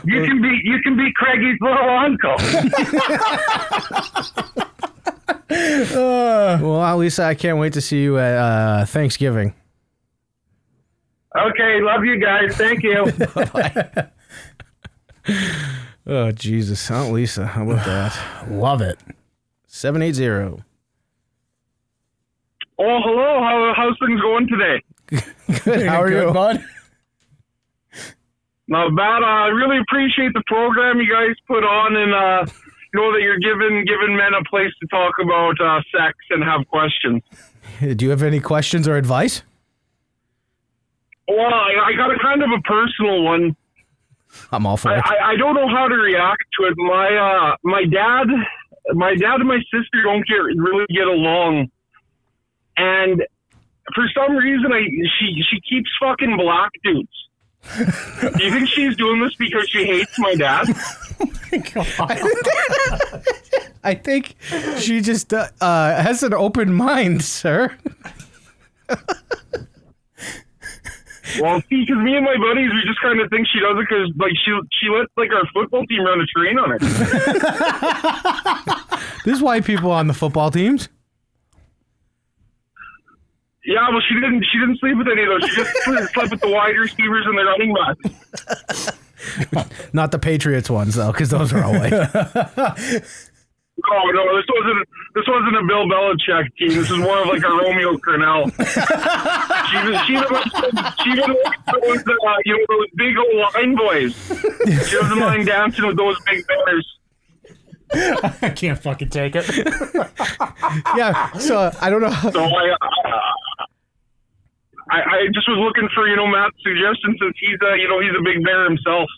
Speaker 11: You can be you can be Craigie's little uncle.
Speaker 3: well, Aunt Lisa, I can't wait to see you at uh, Thanksgiving.
Speaker 11: okay, love you guys. Thank you.
Speaker 3: Oh Jesus, Aunt Lisa, how about that?
Speaker 1: Love it.
Speaker 3: Seven eight zero.
Speaker 11: Oh, hello. How, how's things going today?
Speaker 3: Good. How are you, bud?
Speaker 11: Not bad. I really appreciate the program you guys put on, and uh, know that you're giving giving men a place to talk about uh, sex and have questions.
Speaker 3: Do you have any questions or advice?
Speaker 11: Well, I, I got a kind of a personal one.
Speaker 3: I'm all for
Speaker 11: I,
Speaker 3: it.
Speaker 11: I, I don't know how to react to it. My uh, my dad, my dad and my sister don't get really get along, and for some reason, I she she keeps fucking black dudes. Do you think she's doing this because she hates my dad?
Speaker 3: I think she just uh, uh, has an open mind, sir.
Speaker 11: Well, see, because me and my buddies, we just kind of think she does it because like she she lets like our football team run a train on her.
Speaker 3: There's white people on the football teams.
Speaker 11: yeah, well, she didn't she didn't sleep with any of those. She just slept with the wide receivers and the running backs.
Speaker 3: Not the Patriots ones though, because those are all white.
Speaker 11: No, no, this wasn't this wasn't a Bill Belichick team. This is more of like a Romeo Cornell. she was she was she didn't like those uh, you know those big old line boys. She doesn't mind dancing with those big bears.
Speaker 1: I can't fucking take it.
Speaker 3: yeah. So I don't know.
Speaker 11: So I, uh, I, I just was looking for you know Matt's suggestion since he's uh, you know he's a big bear himself.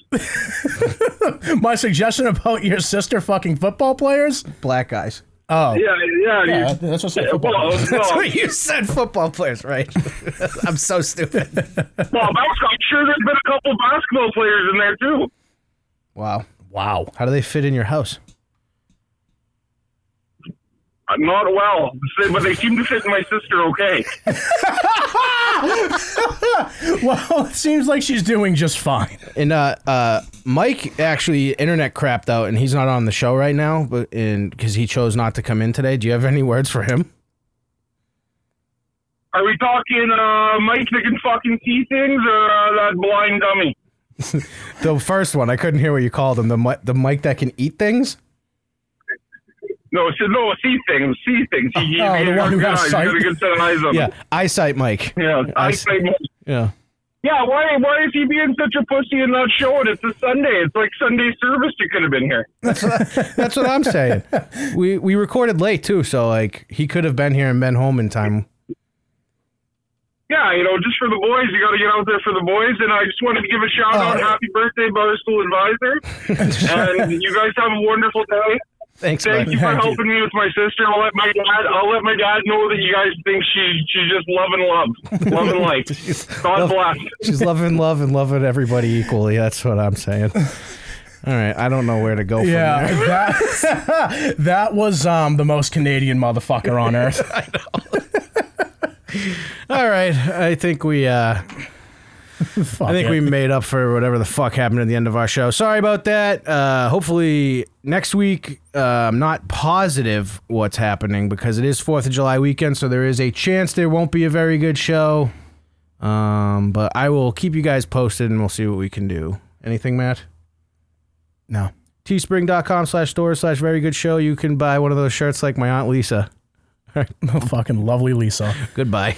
Speaker 1: My suggestion about your sister fucking football players?
Speaker 3: Black guys.
Speaker 1: Oh.
Speaker 11: Yeah, yeah.
Speaker 1: Yeah,
Speaker 11: dude.
Speaker 1: that's what I said,
Speaker 11: Yeah,
Speaker 1: football
Speaker 11: well,
Speaker 1: players.
Speaker 11: well,
Speaker 3: That's what you said. Football players, right? I'm so stupid.
Speaker 11: well, basketball- I'm sure there's been a couple basketball players in there too.
Speaker 3: Wow.
Speaker 1: Wow.
Speaker 3: How do they fit in your house?
Speaker 11: Uh, Not well, but they seem to fit my sister okay.
Speaker 1: well, it seems like she's doing just fine.
Speaker 3: And uh, uh, Mike actually internet crapped out, and he's not on the show right now, but in because he chose not to come in today. Do you have any words for him?
Speaker 11: Are we talking uh, Mike that can fucking see things or uh, that blind dummy?
Speaker 3: The first one, I couldn't hear what you called him. The mi- the Mike that can eat things.
Speaker 11: No, so, no, see things, see things. He, he,
Speaker 3: Oh, the
Speaker 11: he-
Speaker 3: one who has
Speaker 11: he's got a
Speaker 3: sight.
Speaker 11: good set of eyes on
Speaker 3: Yeah,
Speaker 11: him.
Speaker 3: eyesight, Mike.
Speaker 11: Yeah, I
Speaker 3: Eyes-
Speaker 11: say,
Speaker 3: Yeah.
Speaker 11: yeah. Why? Why is he being such a pussy and not showing? It's a Sunday. It's like Sunday service. You could have been here.
Speaker 3: That's what I'm saying. we we recorded late too, so like he could have been here and been home in time.
Speaker 11: Yeah, you know, just for the boys, you got to get out there for the boys. And I just wanted to give a shout
Speaker 3: Oh.
Speaker 11: out. Happy birthday, Brother School Advisor. and you guys have a wonderful day.
Speaker 3: Thanks,
Speaker 11: Thank
Speaker 3: Mike.
Speaker 11: you for
Speaker 3: Thank you.
Speaker 11: helping me with my sister. I'll let my dad. I'll let my dad know that you guys think she she's just loving love, loving life. God bless.
Speaker 3: She's loving love and loving everybody equally. That's what I'm saying. All right, I don't know where to go from
Speaker 1: Yeah,
Speaker 3: there.
Speaker 1: that, that was um, the most Canadian motherfucker on earth.
Speaker 3: All right, I think we uh I think
Speaker 1: it.
Speaker 3: we made up for whatever the fuck happened at the end of our show. Sorry about that. Uh hopefully next week uh, I'm not positive what's happening because it is 4th of July weekend, so there is a chance there won't be a very good show. Um but I will keep you guys posted and we'll see what we can do. Anything, Matt? No. Teespring.com slash store slash very good show. You can buy one of those shirts like my Aunt Lisa.
Speaker 1: fucking lovely Lisa.
Speaker 3: Goodbye.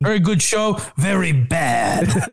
Speaker 12: Very good show, very bad.